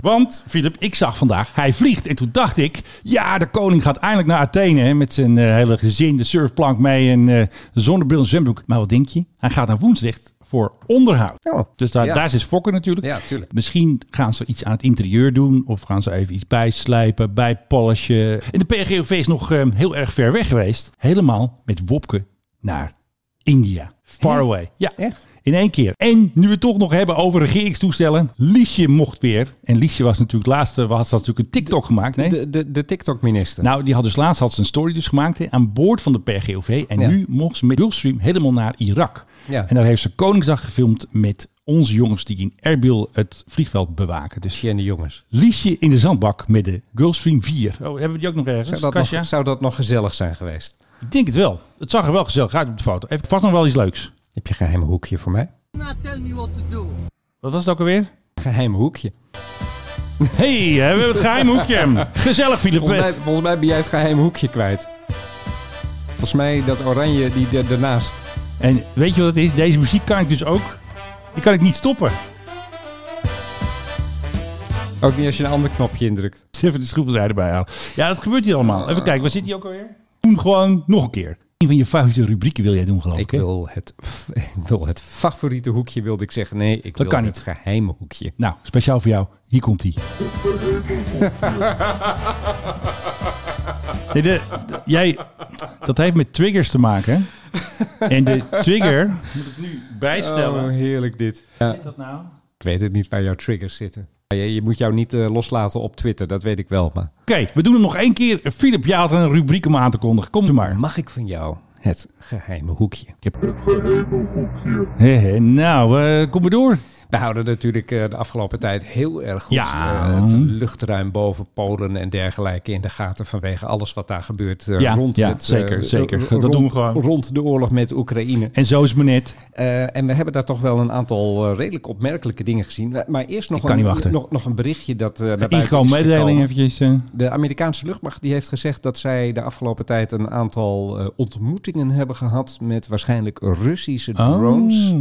Want, Filip, ik zag vandaag, hij vliegt. En toen dacht ik, ja, de koning gaat eindelijk naar Athene. Hè, met zijn eh, hele gezin, de surfplank mee en eh zonnebril en zwembroek. Maar wat denk je? Hij gaat naar Woensdicht voor onderhoud.
Oh,
Dus daar,
ja.
daar zit Fokker natuurlijk.
Ja, tuurlijk.
Misschien gaan ze iets aan het interieur doen. Of gaan ze even iets bijslijpen, bijpolishen. En de PRGOV is nog eh, heel erg ver weg geweest. Helemaal met Wopke naar India. Far away. Ja,
Echt?
In één keer. En nu we het toch nog hebben over regeringstoestellen. Liesje mocht weer. En Liesje was natuurlijk laatst, eh, had ze natuurlijk een TikTok gemaakt. Nee?
De, de, de TikTok-minister.
Nou, die had dus laatst had ze een story dus gemaakt hè, aan boord van de PRGOV. En
Ja.
nu mocht ze met Gulfstream helemaal naar Irak.
Ja.
En daar heeft ze Koningsdag gefilmd met onze jongens die in Erbil het vliegveld bewaken. Dus
Liesje en de jongens.
Liesje in de zandbak met de Gulfstream 4. Oh, hebben we die ook nog ergens?
Zou dat, nog,
Kasia?
zou dat nog gezellig zijn geweest?
Ik denk het wel. Het zag er wel gezellig uit op de foto. Heeft vast nog wel iets leuks.
Heb je een geheim hoekje voor mij?
Wat was het ook alweer?
Geheim hoekje.
hey, we hebben het geheim hoekje. Gezellig, Filip.
Volgens mij, volgens mij ben jij het geheim hoekje kwijt. Volgens mij dat oranje die da- daarnaast.
En weet je wat het is? Deze muziek kan ik dus ook. Die kan ik niet stoppen.
Ook niet als je een ander knopje indrukt.
Dus Even de schroevendraaier erbij halen. Ja, dat gebeurt hier allemaal. Even kijken, waar zit die ook alweer? Doen gewoon nog een keer. Een van je favoriete rubrieken wil jij doen, geloof ik.
Ik
hè?
wil, het, f- ik wil het favoriete hoekje, wilde ik zeggen. Nee, ik wil
kan
het
niet.
geheime hoekje.
Nou, speciaal voor jou. Hier komt hij. Nee, de, de- jij, dat heeft met triggers te maken. En de trigger... Moet ik nu bijstellen.
Oh, heerlijk dit.
dat nou?
Ik weet het niet waar jouw triggers zitten. Maar Je, je moet jou niet eh, loslaten op Twitter, dat weet ik wel. Maar
Oké, we doen hem nog één keer. Philip, jij had een rubriek om aan te kondigen. Kom er maar.
mag ik van jou het geheime hoekje?
Hé, hé, nou, eh, kom maar door.
We houden natuurlijk eh, de afgelopen tijd heel erg goed
Ja.
eh, het luchtruim boven Polen en dergelijke in de gaten vanwege alles wat daar gebeurt eh,
Ja,
rond
ja,
het, eh,
zeker, zeker. Dat
rond-
doen we gewoon.
rond de oorlog met Oekraïne.
En zo is het me net.
Eh, en we hebben daar toch wel een aantal eh, redelijk opmerkelijke dingen gezien. Maar- Maar eerst nog,
Ik kan
een,
niet wachten.
nog, nog een berichtje dat eh naar buiten is
Ingekomen mededeling
gekomen.
eventjes. eh.
De Amerikaanse luchtmacht die heeft gezegd dat zij de afgelopen tijd een aantal eh, ontmoetingen hebben gehad met waarschijnlijk Russische drones
Oh,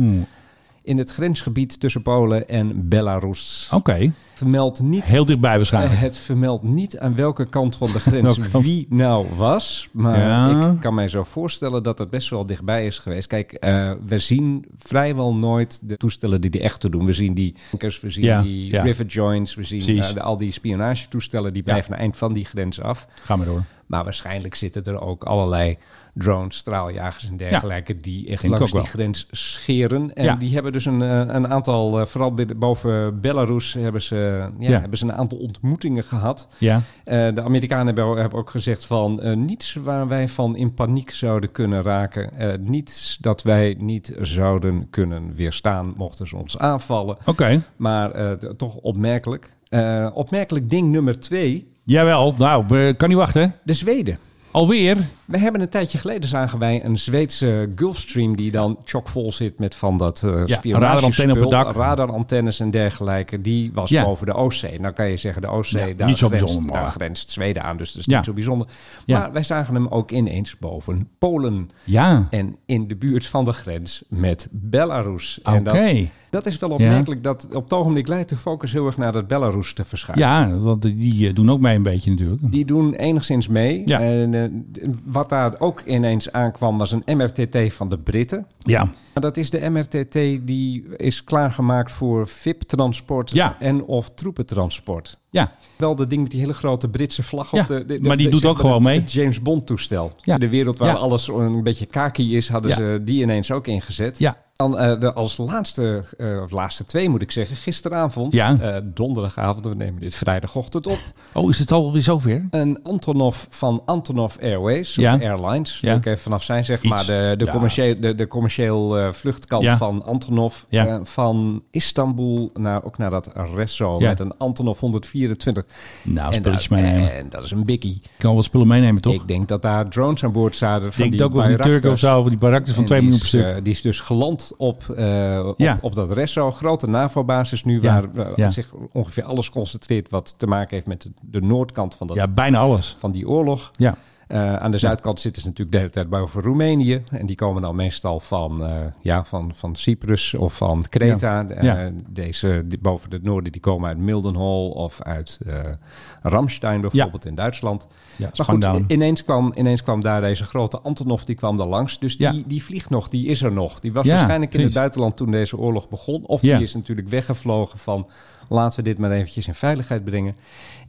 in het grensgebied tussen Polen en Belarus.
Oké,
Het vermeldt niet,
Oh. heel dichtbij waarschijnlijk.
eh, het vermeldt niet aan welke kant van de grens
Welke kant?
wie nou was, maar
Ja.
ik kan mij zo voorstellen dat het best wel dichtbij is geweest. Kijk, eh, we zien vrijwel nooit de toestellen die er echt toe doen. We zien die tankers, we zien
Ja,
die
ja.
river joints, we zien
Precies.
eh, de- al die spionagetoestellen die blijven aan het eind van die grens af.
Ga maar door.
Maar waarschijnlijk zitten er ook allerlei drones, straaljagers en dergelijke... die echt
Denk ik
langs
ook
die
wel.
grens scheren. En
Ja.
die hebben dus een, eh, een aantal, eh, vooral bid- boven Belarus... hebben ze, ja,
Ja.
hebben ze een aantal ontmoetingen gehad...
Ja.
Eh, de Amerikanen hebben, ook- hebben ook gezegd van eh, niets waar wij van in paniek zouden kunnen raken. Eh, niets dat wij niet zouden kunnen weerstaan mochten ze ons aanvallen.
Oké.
Maar eh, t- toch opmerkelijk. Eh, opmerkelijk ding nummer twee,
Jawel, nou, we- kan niet wachten.
de Zweden.
Alweer?
We hebben een tijdje geleden zagen wij een Zweedse Gulfstream die dan chockvol zit met van dat eh
Ja,
spionagespul,
radarantenne op het dak.
radarantennes en dergelijke. Die was
Ja.
boven de Oostzee. Nou kan je zeggen de Oostzee,
Ja,
daar,
niet zo
grenst,
bijzonder,
daar
maar-
grenst Zweden aan, dus dat is
Ja.
niet zo bijzonder.
Ja.
Maar wij zagen hem ook ineens boven Polen
Ja.
en in de buurt van de grens met Belarus. En dat,
Oké.
dat is wel opmerkelijk dat op het ogenblik lijkt de focus heel erg naar dat Belarus te verschuiven.
Ja, want die eh, doen ook mee een beetje natuurlijk.
Die doen enigszins mee.
Ja.
En eh, d- wat daar ook ineens aankwam was een MRTT van de Britten.
Ja.
Maar dat is de MRTT die is klaargemaakt voor VIP-transport
Ja.
en of troepentransport.
Ja.
Wel dat ding met die hele grote Britse vlag
Ja,
op de, de-
maar die
de-
doet
zeg
ook gewoon
het-
mee.
Het James Bond toestel.
Ja.
In de wereld waar
Ja.
alles een beetje kaki is, hadden
Ja.
ze die ineens ook ingezet.
Ja.
Dan eh, de, als laatste, eh, of laatste twee moet ik zeggen, gisteravond,
Ja.
eh, donderdagavond, we nemen dit vrijdagochtend op.
Oh, is het alweer zover?
Een Antonov van Antonov Airways, of
Ja.
Airlines.
Ja.
Wil ik even vanaf zijn, zeg
Iets.
maar. De, de
Ja.
commercieel, de, de commercieel eh, vluchtkant
Ja.
van Antonov.
Ja.
eh, van Istanbul naar, ook naar dat Resso.
Ja.
Met een Antonov 124.
Nou,
en,
spulletjes
daar-
meenemen.
en dat is een bikkie.
Ik kan wel spullen meenemen, toch?
Ik denk dat daar drones aan boord zaten.
Ik
Van
denk
die
ook wel die
Bayraktars.
Turken of zo, van die barakken van
En
2
die
miljoen per
is,
stuk.
eh, die is dus geland op, eh, op,
Ja.
op dat Resso, grote NAVO-basis nu,
Ja,
waar eh,
ja.
zich ongeveer alles concentreert wat te maken heeft met de, de noordkant van, dat,
ja, bijna alles.
van die oorlog.
Ja.
Eh, aan de zuidkant zitten ze natuurlijk de hele tijd boven Roemenië. En die komen dan meestal van, eh, ja, van, van Cyprus of van Kreta. Eh,
Ja.
deze die, boven het noorden die komen uit Mildenhall of uit eh Ramstein bijvoorbeeld in Duitsland.
Ja,
maar goed,
Spandau.
i- ineens kwam, ineens kwam daar deze grote Antonov, die kwam daar langs. Dus die,
Ja.
die vliegt nog, die is er nog. Die was
Ja,
waarschijnlijk in het
precies.
buitenland toen deze oorlog begon. Of
Ja.
die is natuurlijk weggevlogen van laten we dit maar eventjes in veiligheid brengen.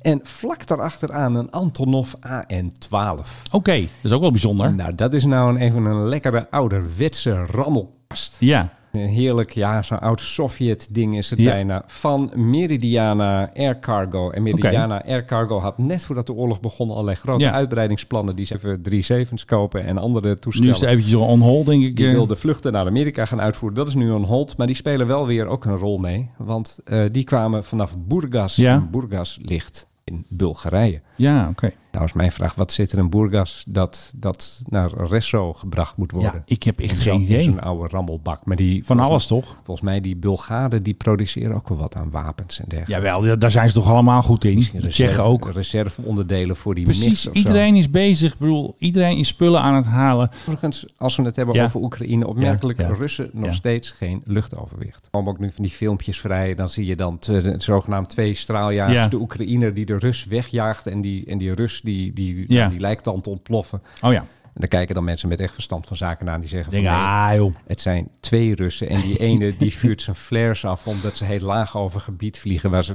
En vlak daarachteraan een Antonov AN-12.
Oké, dat is ook wel bijzonder.
Nou, dat is nou een, even een lekkere ouderwetse rammelkast.
Ja.
Een heerlijk, ja, zo'n oud Sovjet-ding is het
Ja.
bijna. Van Meridiana Air Cargo. En Meridiana Air Cargo had net voordat de oorlog begon allerlei grote
Ja.
uitbreidingsplannen. Die ze even 37's kopen en andere
Nu is
toestellen.
het eventjes on hold, denk ik.
Die
eh.
wilde vluchten naar Amerika gaan uitvoeren. Dat is nu een hold. Maar die spelen wel weer ook een rol mee. Want eh, die kwamen vanaf Burgas.
Ja.
En Burgas ligt in Bulgarije.
Ja, oké.
Nou is mijn vraag, wat zit er in Burgas dat, dat naar Resso gebracht moet worden?
Ja, ik heb echt
In
geen
zo'n- in
idee.
Zo'n oude rammelbak. Maar die,
Van
volgens-
alles, toch?
Volgens mij, die Bulgaren die produceren ook wel wat aan wapens en dergelijke.
Jawel, ja, daar zijn ze toch allemaal goed in. De Tsjechen ook.
Reserveonderdelen voor die mix
Precies,
of zo.
iedereen is bezig. Ik bedoel, iedereen is spullen aan het halen.
Overigens, als we het hebben
Ja.
over Oekraïne, opmerkelijk
Ja, ja.
Russen nog
Ja.
steeds geen luchtoverwicht. Er komen ook nu van die filmpjes vrij. Dan zie je dan te- zogenaamd twee straaljagers.
Ja.
De Oekraïner die de Rus wegjaagt en die, en die Rus die, die,
Ja.
nou, die lijkt dan te ontploffen.
Oh ja.
En daar kijken dan mensen met echt verstand van zaken naar die zeggen
Denk,
van nee,
ah joh.
het zijn twee Russen en die ene die vuurt zijn flares af omdat ze heel laag over gebied vliegen waar ze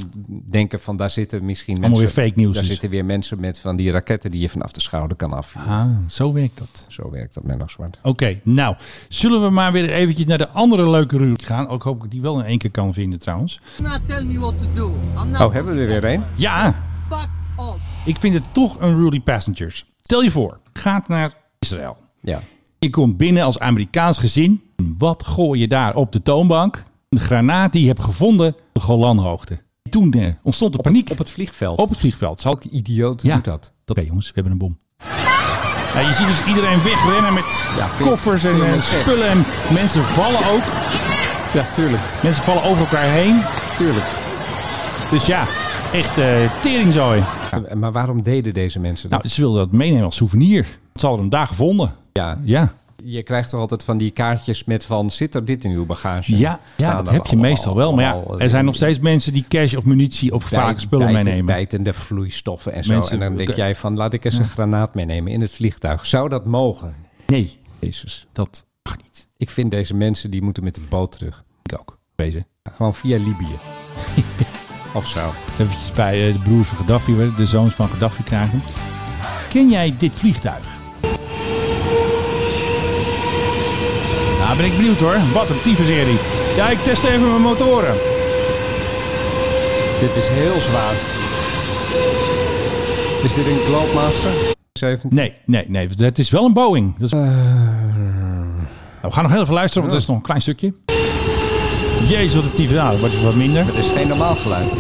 denken van daar zitten misschien
Allemaal
mensen,
weer fake nieuws
daar
dus.
zitten weer mensen met van die raketten die je vanaf de schouder kan afvuren.
Ah, zo werkt dat.
Zo werkt dat met nog zwart.
Oké, nou, zullen we maar weer eventjes naar de andere leuke rubriek gaan. Ook hoop ik die wel in één keer kan vinden trouwens.
Oh, hebben we er weer een?
Ja, ik vind het toch een Rudy Passengers. Stel je voor, gaat naar Israël.
Ja.
Ik kom binnen als Amerikaans gezin. Wat gooi je daar op de toonbank? Een granaat die je hebt gevonden op de Golanhoogte. Toen eh, ontstond de paniek
Op het vliegveld.
op het vliegveld. Zal ik
Welke idioot
Ja.
doet dat?
Oké jongens, we hebben een bom. Ja, je ziet dus iedereen wegrennen met
Ja, veel-
koffers en
veel
eh,
mensen.
spullen. En mensen vallen ook.
Ja, tuurlijk.
Mensen vallen over elkaar heen.
tuurlijk.
Dus ja, echt eh teringzooi.
Ja, Eh, maar waarom deden deze mensen dat?
Nou, ze wilden dat meenemen als souvenir. Ze hadden hem daar gevonden.
ja,
Ja,
je krijgt toch altijd van die kaartjes met van zit er dit in uw bagage?
ja,
Staan
ja
er
dat heb je
allemaal-
meestal wel. Maar ja,
allemaal-
er zijn nog steeds mensen die cash of munitie of gevaarlijke spullen
bijten-
meenemen.
Bijtende vloeistoffen en zo.
Mensen-
en dan denk
oké.
jij van, laat ik eens een granaat meenemen in het vliegtuig. Zou dat mogen?
Nee,
Jezus.
dat mag niet.
Ik vind deze mensen, die moeten met de boot terug.
Ik ook. Wezen.
Gewoon via Libië. of zo.
Even bij eh, de broers van Gaddafi, werden de zoons van Gaddafi krijgen. Ken jij dit vliegtuig? Nou, ben ik benieuwd hoor. Wat een tyfusserie. Ja, ik test even mijn motoren.
Dit is heel zwaar. Is dit een Globemaster? 17.
Nee, nee, nee. Het is wel een Boeing. Dat is- Nou, we gaan nog heel even luisteren, want dat is nog een klein stukje. Jezus, wat een tyfus. Nou, dat wordt wat minder.
Het is geen normaal geluid.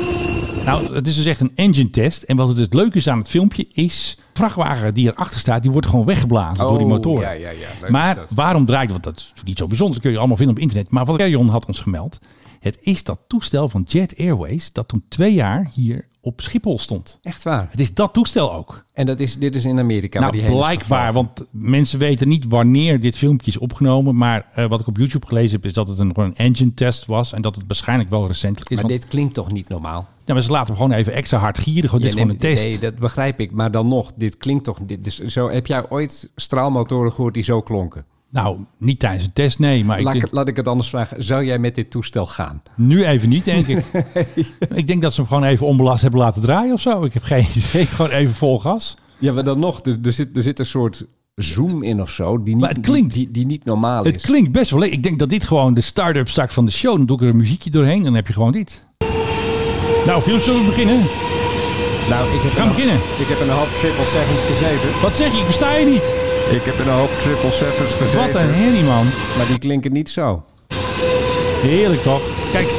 Nou, het is dus echt een engine test. En wat het dus leuk is aan het filmpje is... de vrachtwagen die erachter staat, die wordt gewoon weggeblazen door die
Oh,
motoren.
ja, ja, ja. Leuk is
maar
dat.
waarom draait... Want dat is natuurlijk niet zo bijzonder, dat kun je allemaal vinden op internet. Maar wat Carrion had ons gemeld... Het is dat toestel van Jet Airways dat toen twee jaar hier op Schiphol stond.
Echt waar.
Het is dat toestel ook.
En dat is, dit is in Amerika. waar
nou,
die heen is
blijkbaar,
gevlogen.
want mensen weten niet wanneer dit filmpje is opgenomen. Maar eh, wat ik op YouTube gelezen heb, is dat het een, gewoon een engine test was. En dat het waarschijnlijk wel recentelijk is.
Maar
want,
dit klinkt toch niet normaal?
ja, maar ze laten hem gewoon even extra hard gieren. Gewoon, dit is
Ja,
gewoon
nee,
een test.
Nee, dat begrijp ik. Maar dan nog, dit klinkt toch... Dit, dus zo, heb jij ooit straalmotoren gehoord die zo klonken?
Nou, niet tijdens een test, nee. Maar ik
Laat, ik
denk,
het- laat ik het anders vragen. Zou jij met dit toestel gaan?
nu even niet, denk ik. Ik denk dat ze hem gewoon even onbelast hebben laten draaien of zo. Ik heb geen idee. Gewoon even vol gas.
Ja, maar dan nog, er, er zit, er zit een soort zoom in of zo... Die niet,
Maar het klinkt-
die, die niet normaal
Het
is.
klinkt best wel leuk. Ik denk dat dit gewoon de start-up start van de show. Dan doe ik er een muziekje doorheen en dan heb je gewoon dit. Nou, film zullen we beginnen?
Nou, ik heb
Gaan
een-
beginnen.
Ik heb in een hoop triple sevens gezeten.
Wat zeg je? Ik versta je niet.
Ik heb in een hoop triple sevens gezeten.
Wat een herrie, man.
Maar die klinken niet zo.
Heerlijk toch? Kijk,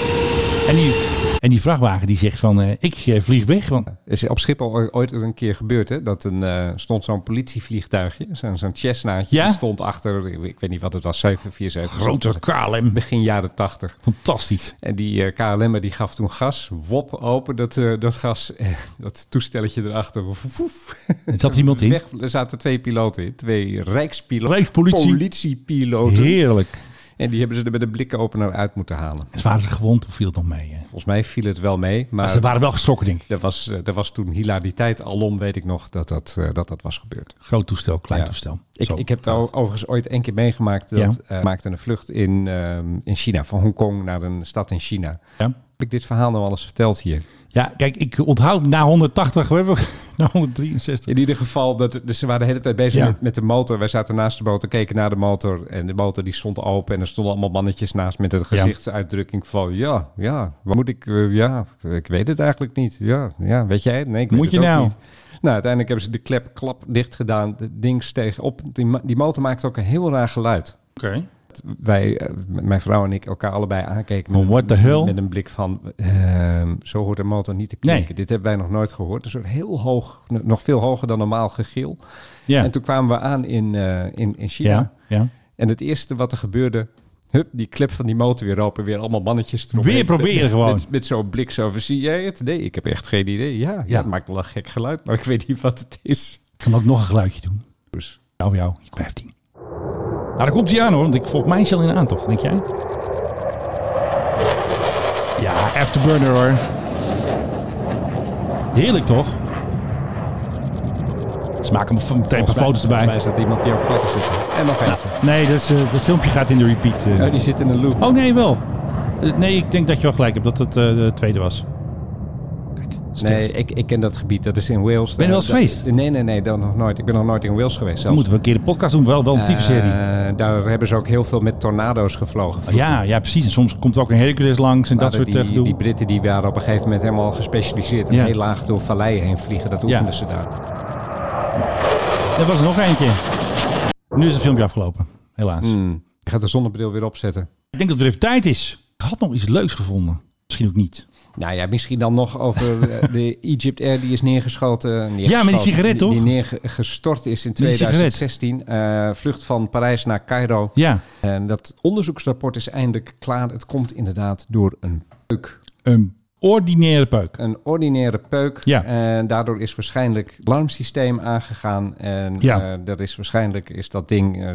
en die, en die vrachtwagen die zegt van eh, ik eh, vlieg weg. Want
Is op Schiphol ooit- ooit een keer gebeurd, hè? Dat een, eh, stond zo'n politievliegtuigje, zo'n zo'n Cessnaatje,
Ja?
die stond achter, ik, ik weet niet wat het was, 747.
grote KLM,
Begin jaren 80.
fantastisch.
En die eh, KLM'er die gaf toen gas, wop, open dat, eh, dat gas, eh, dat toestelletje erachter. Woef.
Er zat iemand in.
Weg, er zaten twee piloten in, twee rijkspiloten.
Rijkspolitie.
Politiepiloten.
Heerlijk.
En die hebben ze er met een blikopener uit moeten halen.
En ze waren ze gewond of viel het nog mee? Hè?
Volgens mij viel het wel mee,
Maar
maar...
ze waren wel geschrokken denk ik.
er was, eh, er was toen hilariteit alom, weet ik nog, dat dat, eh, dat, dat was gebeurd.
Groot toestel, klein
Ja.
toestel.
Ik,
Zo.
ik heb het al- overigens ooit één keer meegemaakt. Dat eh, maakte een vlucht in, ehm, in China, van Hongkong naar een stad in China.
Ja.
Heb ik dit verhaal nou alles verteld hier?
ja, kijk, ik onthoud na 180, we hebben na 163.
In ieder geval, dat, dus ze waren de hele tijd bezig
Ja.
met, met de motor. Wij zaten naast de motor, keken naar de motor. En de motor die stond open. En er stonden allemaal mannetjes naast met een gezichtsuitdrukking van... Ja, ja, wat moet ik... eh, ja, ik weet het eigenlijk niet. Ja, ja weet jij het? Nee, ik weet
Moet
het
je
ook
nou?
niet. Nou, uiteindelijk hebben ze de klep klap dicht gedaan. Het ding steeg op. Die, ma- die motor maakte ook een heel raar geluid.
Oké.
wij, eh, m- mijn vrouw en ik, elkaar allebei aankeken. met
Well, what
een-
the hell?
Met een blik van, ehm, zo hoort een motor niet te klinken.
Nee.
Dit hebben wij nog nooit gehoord. Dus Een soort heel hoog, n- nog veel hoger dan normaal gegil.
Ja.
En toen kwamen we aan in, eh, in, in China.
ja, ja.
En het eerste wat er gebeurde... Hup, die klep van die motor weer open. Weer allemaal mannetjes eromheen.
Weer proberen
Met- met-
gewoon.
Met, met zo'n blik zo van, zie jij het? Nee, ik heb echt geen idee. Ja, ja,
Ja.
het maakt wel een gek geluid, maar ik weet niet wat het is.
Ik kan ook nog een geluidje doen.
Dus
Nou, jou, ik 15. Nou, daar komt hij aan hoor, want ik, volgens mij is hij al in de aantocht, denk jij? Ja, afterburner hoor. Heerlijk toch? Ze maken hem van- meteen een paar
volgens
foto's
mij- Volgens mij
erbij.
is dat iemand die op foto's zit. En nog even.
Nee, dat is, eh, het filmpje gaat in de repeat. eh.
Oh, die zit in een loop.
Oh nee, wel. Eh, nee, ik denk dat je wel gelijk hebt dat het eh, de tweede was. Kijk, stift.
Nee, ik, ik ken dat gebied. Dat is in Wales. Eh,
Ben je wel eens
Dat-
geweest?
Nee, nee, nee. Dan nog nooit. Ik ben nog nooit in Wales
Dan
geweest zelfs.
moeten we een keer de podcast doen, wel, wel een tyfusserie.
Eh, daar hebben ze ook heel veel met tornado's gevlogen.
ja, ja, precies. En soms komt er ook een Hercules langs en Ah, dat soort eh,
die,
gedoe.
die Britten die waren op een gegeven moment helemaal gespecialiseerd. En
Ja.
heel laag door valleien heen vliegen. Dat oefenden ze daar.
Er was er nog eentje. Nu is het filmpje afgelopen, helaas.
Hmm. Je gaat de zonnebril weer opzetten.
Ik denk dat het weer even tijd is. Ik had nog iets leuks gevonden. Misschien ook niet.
Nou ja, misschien dan nog over eh, de Egypt Air die is neergeschoten. neergeschoten
Ja, met die sigaret,
Die,
toch?
die neergestort is in
Die sigaret.
2016. eh, vlucht van Parijs naar Cairo.
Ja,
En dat onderzoeksrapport is eindelijk klaar. Het komt inderdaad door een peuk.
een ordinaire peuk.
Een ordinaire peuk.
Ja.
En daardoor is waarschijnlijk het alarmsysteem aangegaan. En
Ja.
eh, dat is waarschijnlijk is dat ding eh,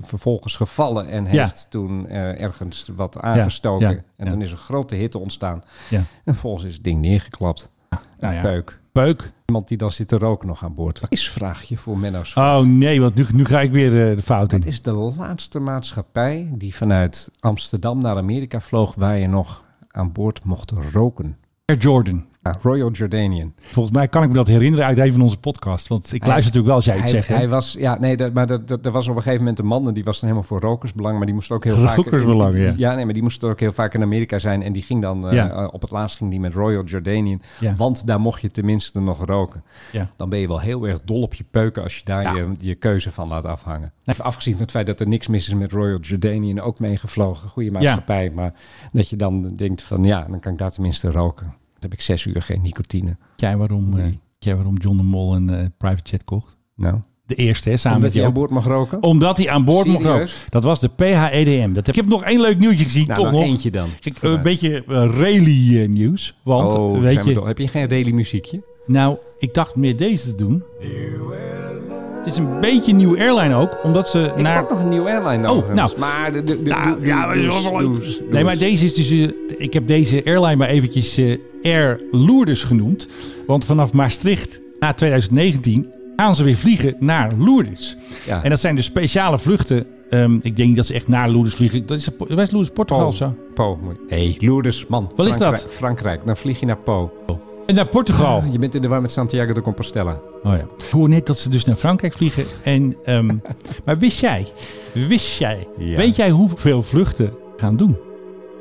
vervolgens gevallen en
Ja.
heeft toen eh, ergens wat aangestoken.
Ja, ja,
En
ja.
dan is een grote hitte ontstaan.
Ja.
En vervolgens is het ding neergeklapt.
nou ja.
Een peuk.
Peuk.
Iemand die dan zit te roken nog aan boord. Dat is vraagje voor Menno's.
Oh nee, want nu, nu ga ik weer eh, de fout
Het
in.
is de laatste maatschappij die vanuit Amsterdam naar Amerika vloog waar je nog aan boord mocht roken.
Air Jordan.
Ah, Royal Jordanian.
Volgens mij kan ik me dat herinneren uit een van onze podcasts. Want ik
Hij-
luister natuurlijk wel als jij het
hij,
zegt. hè.
Hij was, ja, nee, dat, maar dat, dat, er was op een gegeven moment een man en die was dan helemaal voor rokersbelang, maar die moest ook heel vaak...
Rokersbelang,
in-
ja.
Ja, nee, maar die moest ook heel vaak in Amerika zijn en die ging dan, eh,
Ja.
eh, op het laatst ging die met Royal Jordanian,
Ja.
want daar mocht je tenminste nog roken.
Ja.
Dan ben je wel heel erg dol op je peuken als je daar
Ja.
je, je keuze van laat afhangen. Even afgezien van het feit dat er niks mis is met Royal Jordanian, ook meegevlogen, goede maatschappij, maar dat je dan denkt van ja, dan kan ik daar tenminste roken. Dan heb ik zes uur geen nicotine.
Jij waarom, eh,
Nee.
jij waarom John de Mol een eh, private jet kocht?
Nou,
De eerste, hè, samen
omdat
met Oh,
je aan
Joop.
boord mag roken?
Omdat hij aan boord mocht
Serieus?
roken. Dat was de PHEDM. Dat heb... Ik heb nog één leuk nieuwtje gezien,
Nou,
toch
nou,
nog.
eentje dan.
Ik, eh, een beetje eh rally eh, nieuws. Want
oh,
eh,
zijn
weet
we
je,
door. Heb je geen rally muziekje?
nou, ik dacht meer deze te doen. Het is een beetje een nieuwe airline ook, omdat ze
Ik
naar...
heb ook nog een nieuwe airline
Oh,
overigens,
nou.
Maar de, de, de,
Nou,
doe-
ja,
doe-
maar is wel
doe-
leuk.
doe- doe-
Nee, maar deze is dus. eh, ik heb deze airline maar eventjes eh, Air Lourdes genoemd. Want vanaf Maastricht na 2019 gaan ze weer vliegen naar Lourdes.
Ja.
En dat zijn dus speciale vluchten. Ehm, ik denk niet dat ze echt naar Lourdes vliegen. Dat is, dat is Lourdes,
Oh.
Portugal of zo.
Po. moet je- Nee, Lourdes, man.
Wat is dat?
Frankrijk- Frankrijk. Dan vlieg je naar Po.
En naar Portugal.
Je bent in de war met Santiago de Compostela.
Oh ja. Ik hoor net dat ze dus naar Frankrijk vliegen. En, ehm, maar wist jij, wist jij,
Ja.
weet jij hoeveel vluchten gaan doen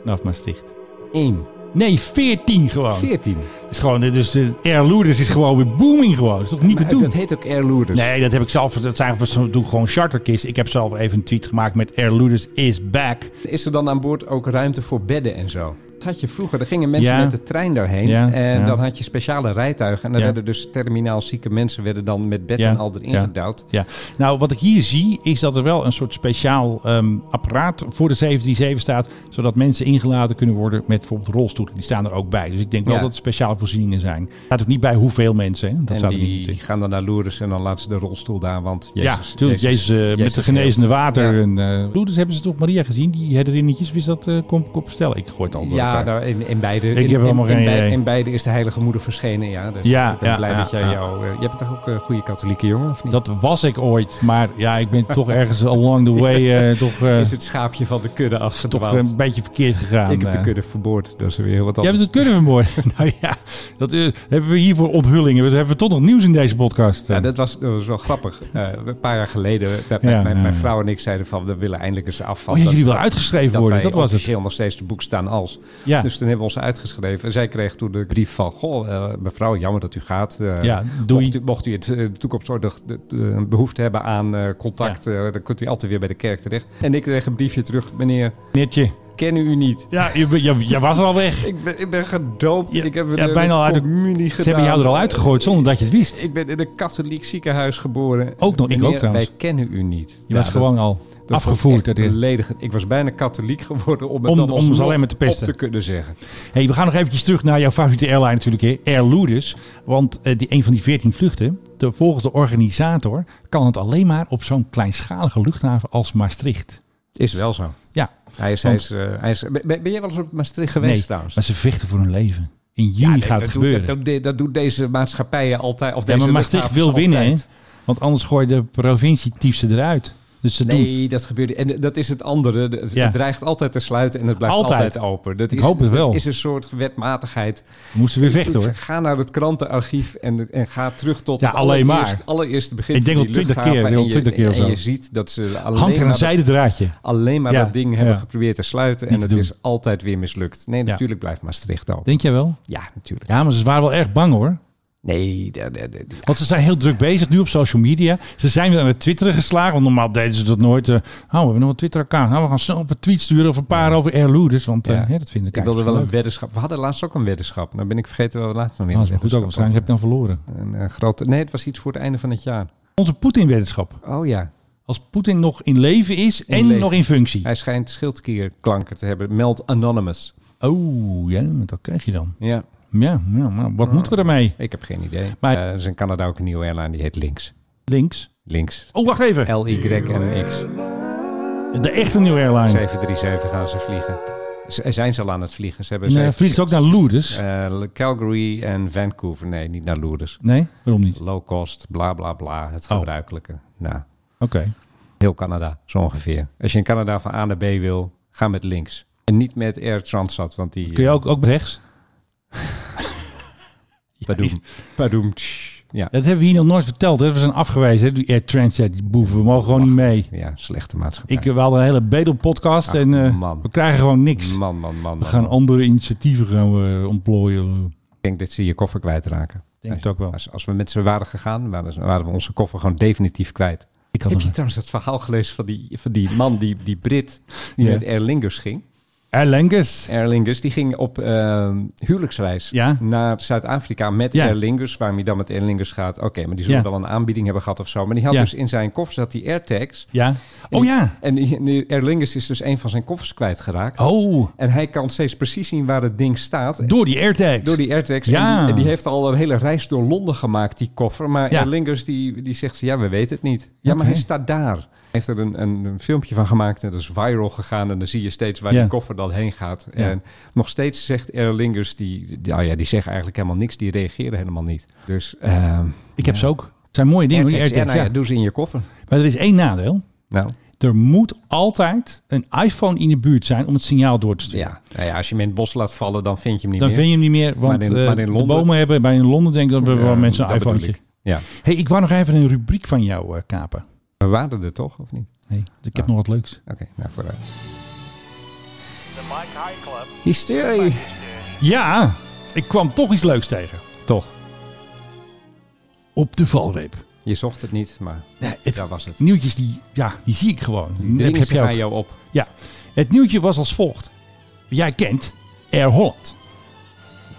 vanaf Maastricht?
1.
Nee, 14 gewoon.
14.
Het is gewoon, dus eh, Air Lourdes is gewoon weer booming gewoon. Dat is toch niet te doen?
Eh, Dat heet ook Air Lourdes.
Nee, dat heb ik zelf. Dat zijn we doen gewoon charterkist. Ik heb zelf even een tweet gemaakt met Air Lourdes is back.
Is er dan aan boord ook ruimte voor bedden en zo? Dat had je vroeger. Er gingen mensen
Ja.
met de trein daarheen.
Ja,
en
ja.
dan had je speciale rijtuigen. En dan
Ja.
werden dus terminaal zieke mensen werden dan met bed
Ja,
en al erin
ja.
gedouwd.
Ja. Nou, wat ik hier zie is dat er wel een soort speciaal ehm, apparaat voor de 737 staat. Zodat mensen ingelaten kunnen worden met bijvoorbeeld rolstoelen. Die staan er ook bij. Dus ik denk wel
Ja.
dat er speciale voorzieningen zijn. Het staat ook niet bij hoeveel mensen. Hè? Dat
en
staat er niet
die
in.
gaan dan naar Lourdes en dan laten ze de rolstoel daar. Want Jezus,
ja, natuurlijk. Jezus, eh, met de
Jezus
genezende
heelt.
water.
Ja.
En, eh, Lourdes hebben ze toch Maria gezien? Die herderinnetjes. Wist dat eh kom, kom bestellen? Ik gooi het al door
Ja,
elkaar.
nou, in, in beide.
heb
in, in-
helemaal
in
geen
bij-
idee.
in beide is de Heilige Moeder verschenen. Ja, Dus
Ja,
ik ben
ja,
blij
ja,
dat jij
ja.
jou. eh, jij bent toch ook een goede katholieke jongen? Of niet?
Dat was ik ooit, maar ja, ik ben toch ergens along the way eh, toch, eh,
is het schaapje van de kudde
toch
afgedwaald.
een beetje verkeerd gegaan.
ik heb de
eh.
kudde verboord. Dat is weer heel wat
Jij
anders.
bent het kudde vermoord. nou ja, dat eh, hebben we hiervoor onthullingen. We hebben toch nog nieuws in deze podcast.
Ja, dat was, dat was wel grappig. Eh, een paar jaar geleden, dat
eh. Ja,
mijn, mijn-
ja,
mijn
ja.
vrouw en ik zeiden van, we willen eindelijk eens af van
oh, ja,
dat-
jullie willen uitgeschreven
dat
worden.
wij
Dat was het.
officieel nog steeds te boek staan als.
Ja.
Dus toen hebben we ons uitgeschreven. En zij kreeg toen de brief van, goh, eh, mevrouw, jammer dat u gaat. Eh,
Ja, doei.
Mocht u, mocht u het, eh, de toekomst ooit behoefte hebben aan eh, contact, eh, dan kunt u altijd weer bij de kerk terecht. En ik kreeg een briefje terug, meneer,
Netje.
kennen u niet?
Ja, je, je, je was er al weg.
Ik ben, ik ben gedoopt.
Ja,
ik heb
ja,
de-
bijna al uit de-
communie gedaan.
Ze hebben jou er al uitgegooid zonder dat je het wist.
Ik ben in een katholiek ziekenhuis geboren.
Ook nog, ik
Meneer,
ook trouwens.
Wij kennen u niet.
Je was gewoon al afgevoerd. uit dit.
beledigend. Ik was bijna katholiek geworden om het
Om-
dan
om
alsnog
ze alleen maar te pesten.
op te kunnen zeggen.
Hey, we gaan nog eventjes terug naar jouw favoriete airline natuurlijk, hè? Air Lourdes. Want eh, die, een van die 14 vluchten, de, volgens de organisator, kan het alleen maar op zo'n kleinschalige luchthaven als Maastricht.
Is wel zo.
Ja,
Hij is, hij
Want-
is, eh, hij is, ben, ben jij wel eens op Maastricht geweest
nee,
trouwens?
maar ze vechten voor hun leven. In juni
Ja, nee,
gaat het
dat
gebeuren.
Doet, dat, doet- dat doet deze maatschappijen altijd. Of
ja,
deze
maar Maastricht wil
luchthavens
winnen, hè?
altijd.
Want anders gooi de provincie tief ze eruit. Dus ze doen...
Nee, dat gebeurt niet. En dat is het andere. De- Het
Ja.
dreigt altijd te sluiten en het blijft altijd,
Altijd.
open. Dat
Ik
is,
hoop het wel.
Dat is een soort wetmatigheid.
Moesten weer vechten, hoor.
Ga naar het krantenarchief en, en ga terug tot
Ja,
het
alleen maar.
allereerste, allereerste begin
Ik denk
van
al
die
20 keer,
luchthaven.
ik denk al
En je-
20 keer of
En
zo.
je ziet dat ze
Hangt
alleen
er
maar
een
dat-
zijden draadje.
alleen maar
Ja,
dat ding
ja.
hebben geprobeerd te sluiten.
Niet
En
te
het
doen.
is altijd weer mislukt. Nee, natuurlijk blijft Maastricht open.
Denk jij wel?
Ja, natuurlijk.
Ja, maar ze waren wel erg bang, hoor.
Nee, de- de- de- de-
Want ze zijn heel druk bezig nu op social media. Ze zijn weer aan het twitteren geslagen. Want normaal deden ze dat nooit. eh, oh, we hebben nog een Twitter-account. Nou, we gaan snel op een tweet sturen of een paar over Air Lourdes. Want eh,
Ja.
hè, dat vinden
ik
kijkers
wilde wel
leuk.
een weddenschap. We hadden laatst ook een weddenschap. Nou ben ik vergeten wel laatst nog weer.
Nou, is
een
maar goed ook.
weddenschap
Waarschijnlijk heb ik dan verloren.
hadden. een, eh, grote. Nee, het was iets voor het einde van het jaar.
Onze Poetin-weddenschap.
Oh ja.
Als Poetin nog in leven is en
leven.
nog in functie.
Hij schijnt schildklierklanken te hebben. Meld Anonymous.
Oh, ja, dat krijg je dan.
Ja,
Ja, ja maar wat moeten we daarmee?
ik heb geen idee.
Maar-
Maar er is in Canada ook een nieuwe airline die heet Links.
Links.
Links.
Oh, wacht even.
L-Y en X.
De echte nieuwe airline.
737 gaan ze vliegen. Z- eh, zijn ze al aan het vliegen? Ze hebben
En, eh, vliegt ze ook naar Lourdes?
Eh, Calgary en Vancouver. Nee, niet naar Lourdes.
Nee, waarom niet? Oké.
Low cost, bla bla bla. Het
Oh.
gebruikelijke. Nou, heel Canada, zo ongeveer. Als je in Canada van A naar B wil, ga met links. En niet met Air Transat, want die...
Kun je ook, ook rechts?
eh, Padoem. Padoem. tsch. Ja.
Dat hebben we hier nog nooit verteld. Dat was een afgewezen, hè, die Air Transat, die boeven. We mogen gewoon niet mee.
ja, slechte maatschappij.
Ik, eh, we hadden een hele bedelpodcast
Ach,
en eh,
man.
we krijgen gewoon niks.
Man, man, man. man.
We gaan andere initiatieven gaan we ontplooien.
Ik denk dat ze je koffer kwijtraken.
Denk het ook wel.
Als, als we met z'n waren gegaan, waren, ze- waren we onze koffer gewoon definitief kwijt.
Ik had
Heb je
een
trouwens dat verhaal gelezen van die, van die man, die, die Brit, die
Ja.
met Aer Lingus ging?
Erlengus.
Aer Lingus, die ging op ehm, huwelijksreis
Ja.
naar Zuid-Afrika met
Ja.
Aer Lingus. Waarom hij dan met Aer Lingus gaat, oké, maar die zullen
Ja.
wel een aanbieding hebben gehad of zo. Maar die had
Ja.
dus in zijn koffer zat die AirTags.
Ja. Oh ja.
En die- die Aer Lingus is dus een van zijn koffers kwijtgeraakt.
Oh,
En hij kan steeds precies zien waar het ding staat.
door die AirTags.
Door die AirTags.
Ja.
En die, en die heeft al een hele reis door Londen gemaakt, die koffer. Maar
Ja.
Aer Lingus die, die zegt, ja, we weten het niet. Ja, maar
Oké.
hij staat daar. Hij heeft er een, een, een filmpje van gemaakt en dat is viral gegaan. En dan zie je steeds waar
Ja.
die koffer dan heen gaat.
Ja.
En nog steeds zegt Aer Lingus, die, die, nou ja, die zeggen eigenlijk helemaal niks. Die reageren helemaal niet. Dus ehm
Ik heb ze ook. Het zijn mooie dingen, hoor, die
AirTags, ja,
AirTags.
nou ja,
ja.
doe ze in je koffer.
Maar er is één nadeel.
Nou,
Er moet altijd een iPhone in de buurt zijn om het signaal door te sturen.
ja. Nou ja, als je hem in het bos laat vallen, dan vind je hem niet
Dan
meer.
vind je hem niet meer, want
in-
eh,
maar in
de
Londen-
bomen hebben bij in Londen denk ik dat we wel
Eh,
mensen een
dat bedoel
iPhone.
ik. Ja,
Hey, ik wou nog even een rubriek van jou eh, kapen.
we waren er toch, of niet?
Nee, ik heb nog wat leuks.
Oké, nou vooruit. Hysterie.
Ja, ik kwam toch iets leuks tegen.
Toch.
Op de valreep.
Je zocht het niet, maar
Nee, het,
daar was het.
Nieuwtjes die, ja, die zie ik gewoon. Die
Dringen
heb
ze
je ook.
aan jou op.
Ja, het nieuwtje was als volgt. Jij kent Air Holland.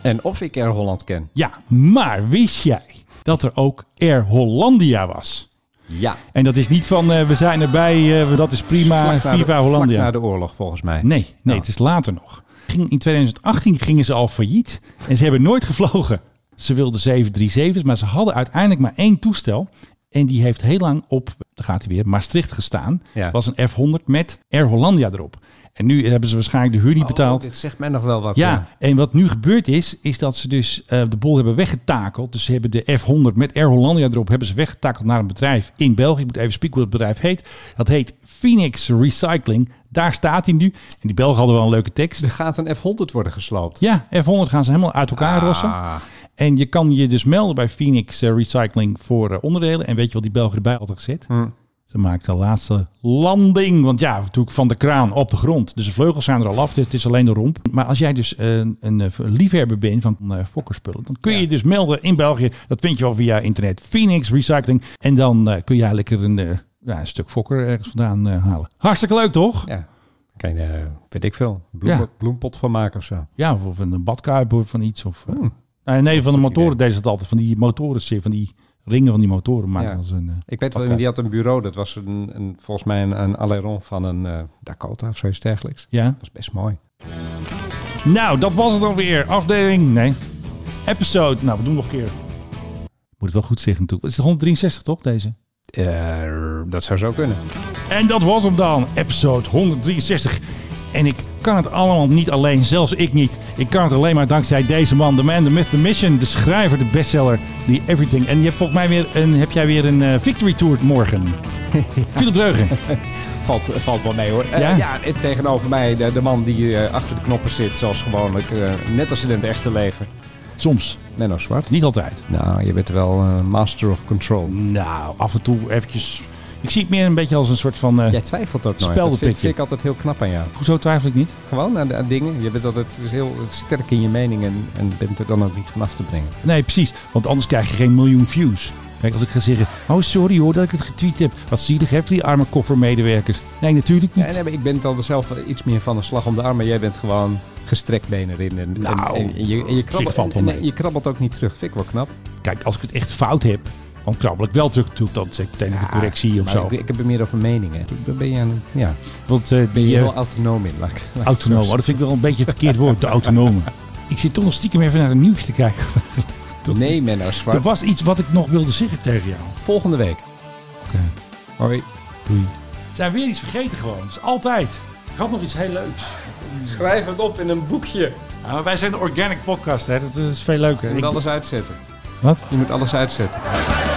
En of ik Air Holland ken.
Ja, maar wist jij dat er ook Air Hollandia was?
Ja.
En dat is niet van eh, we zijn erbij, eh, dat is prima,
Vlak na de-
Viva
vlak
Hollandia.
na de oorlog, volgens mij.
Nee, nee
Ja.
het is later nog. Ging- In 2018 gingen ze al failliet en ze hebben nooit gevlogen. Ze wilden 737's, maar ze hadden uiteindelijk maar één toestel. En die heeft heel lang op, daar gaat hij weer, Maastricht gestaan.
Ja.
was een F100 met Air Hollandia erop. En nu hebben ze waarschijnlijk de huur niet
Oh,
betaald.
dit zegt mij nog wel wat.
Ja, en wat nu gebeurd is, is dat ze dus eh, de boel hebben weggetakeld. Dus ze hebben de F100 met Air Hollandia erop hebben ze weggetakeld naar een bedrijf in België. Ik moet even spieken hoe dat bedrijf heet. Dat heet Phoenix Recycling. Daar staat hij nu. En die Belgen hadden wel een leuke tekst.
Er gaat een F100 worden gesloopt.
Ja, F100 gaan ze helemaal uit elkaar rossen.
Ah,
En je kan je dus melden bij Phoenix eh, Recycling voor eh, onderdelen. En weet je wat die Belgen erbij altijd gezet? Ze maakte de laatste landing. Want ja, natuurlijk van de kraan op de grond. Dus de vleugels zijn er al af. Dus het is alleen de romp. Maar als jij dus eh, een, een eh, liefhebber bent van eh, fokkerspullen. dan kun je je dus melden in België. Dat vind je wel via internet. Phoenix Recycling. En dan eh, kun jij lekker een, eh, ja, een stuk fokker ergens vandaan eh, halen. Hartstikke leuk toch?
ja. Kan je, eh, weet ik veel, bloem,
Ja.
bloempot van maken of zo.
Ja, of, of een badkuip of van iets. Of, eh, nou, nee, van de motoren
idee.
deze het altijd. Van die motoren, van die ringen van die motoren maken
Ja.
als een. eh,
Ik weet wel,
Badkuip.
die had een bureau. Dat was een, een, volgens mij een, een Aleron van een eh, Dakota of zoiets dergelijks.
ja.
Dat was best mooi.
Nou, dat was het dan weer. Afdeling. Nee. Episode. Nou, we doen nog een keer. Moet het wel goed zeggen natuurlijk. Het is de 163 toch, deze?
Eh, dat zou zo kunnen.
En dat was hem dan. Episode 163. En ik kan het allemaal niet alleen. Zelfs ik niet. Ik kan het alleen maar dankzij deze man. De man, de myth, the mission. De schrijver, de bestseller. Die everything. En je hebt volgens mij weer een, heb jij weer een eh, victory tour morgen. Philip Dreugen.
Valt, valt wel mee hoor. Eh,
Ja?
ja, eh, tegenover mij de, de man die eh, achter de knoppen zit, zoals gewoonlijk, eh, net als in het echte leven.
Soms.
Menno Zwart.
Niet altijd.
Nou, je bent wel eh, master of control.
Nou, af en toe eventjes. Ik zie het meer een beetje als een soort van... eh,
Jij twijfelt ook nooit. Dat
Speldenprikje.
vind, vind ik altijd heel knap aan jou.
Hoezo twijfel ik niet?
Gewoon aan, aan dingen. Je bent altijd dus heel sterk in je mening en, en bent er dan ook niet van af te brengen.
Nee, precies. Want anders krijg je geen miljoen views. Kijk, als ik ga zeggen, oh sorry hoor dat ik het getweet heb. Wat zielig hè, voor die arme koffermedewerkers. Nee, natuurlijk niet.
Ja, nee, maar ik ben dan zelf wel iets meer van een slag om de arm, maar jij bent gewoon gestrekt been erin. En, en-
Nou,
en, en je, en je,
op zich
krabbelt,
valt wel
en- en
mee.
je krabbelt ook niet terug. Vind ik wel knap.
Kijk, als ik het echt fout heb, dan krabbel ik wel terug. Natuurlijk, dan zeg ik meteen de correctie of
Maar
zo.
Ik, ik heb het meer over meningen. Daar ben je, een- ja,
Want eh
ben je
die
heel
eh,
autonoom in. laat ik- laat ik het zo
autonoom, oh, dat vind ik wel een beetje een verkeerd woord, de autonome. Ik zit toch nog stiekem even naar een nieuwtje te kijken. Toch?
Nee, Menno Zwart.
Er was iets wat ik nog wilde zeggen tegen jou.
Volgende week.
Oké.
Hoi.
We zijn weer iets vergeten gewoon. Dat is altijd. Ik had nog iets heel leuks.
Schrijf het op in een boekje.
Ja, maar wij zijn de organic podcast, hè. Dat is veel leuker.
Je moet alles uitzetten.
Wat?
Je moet alles uitzetten.
We zijn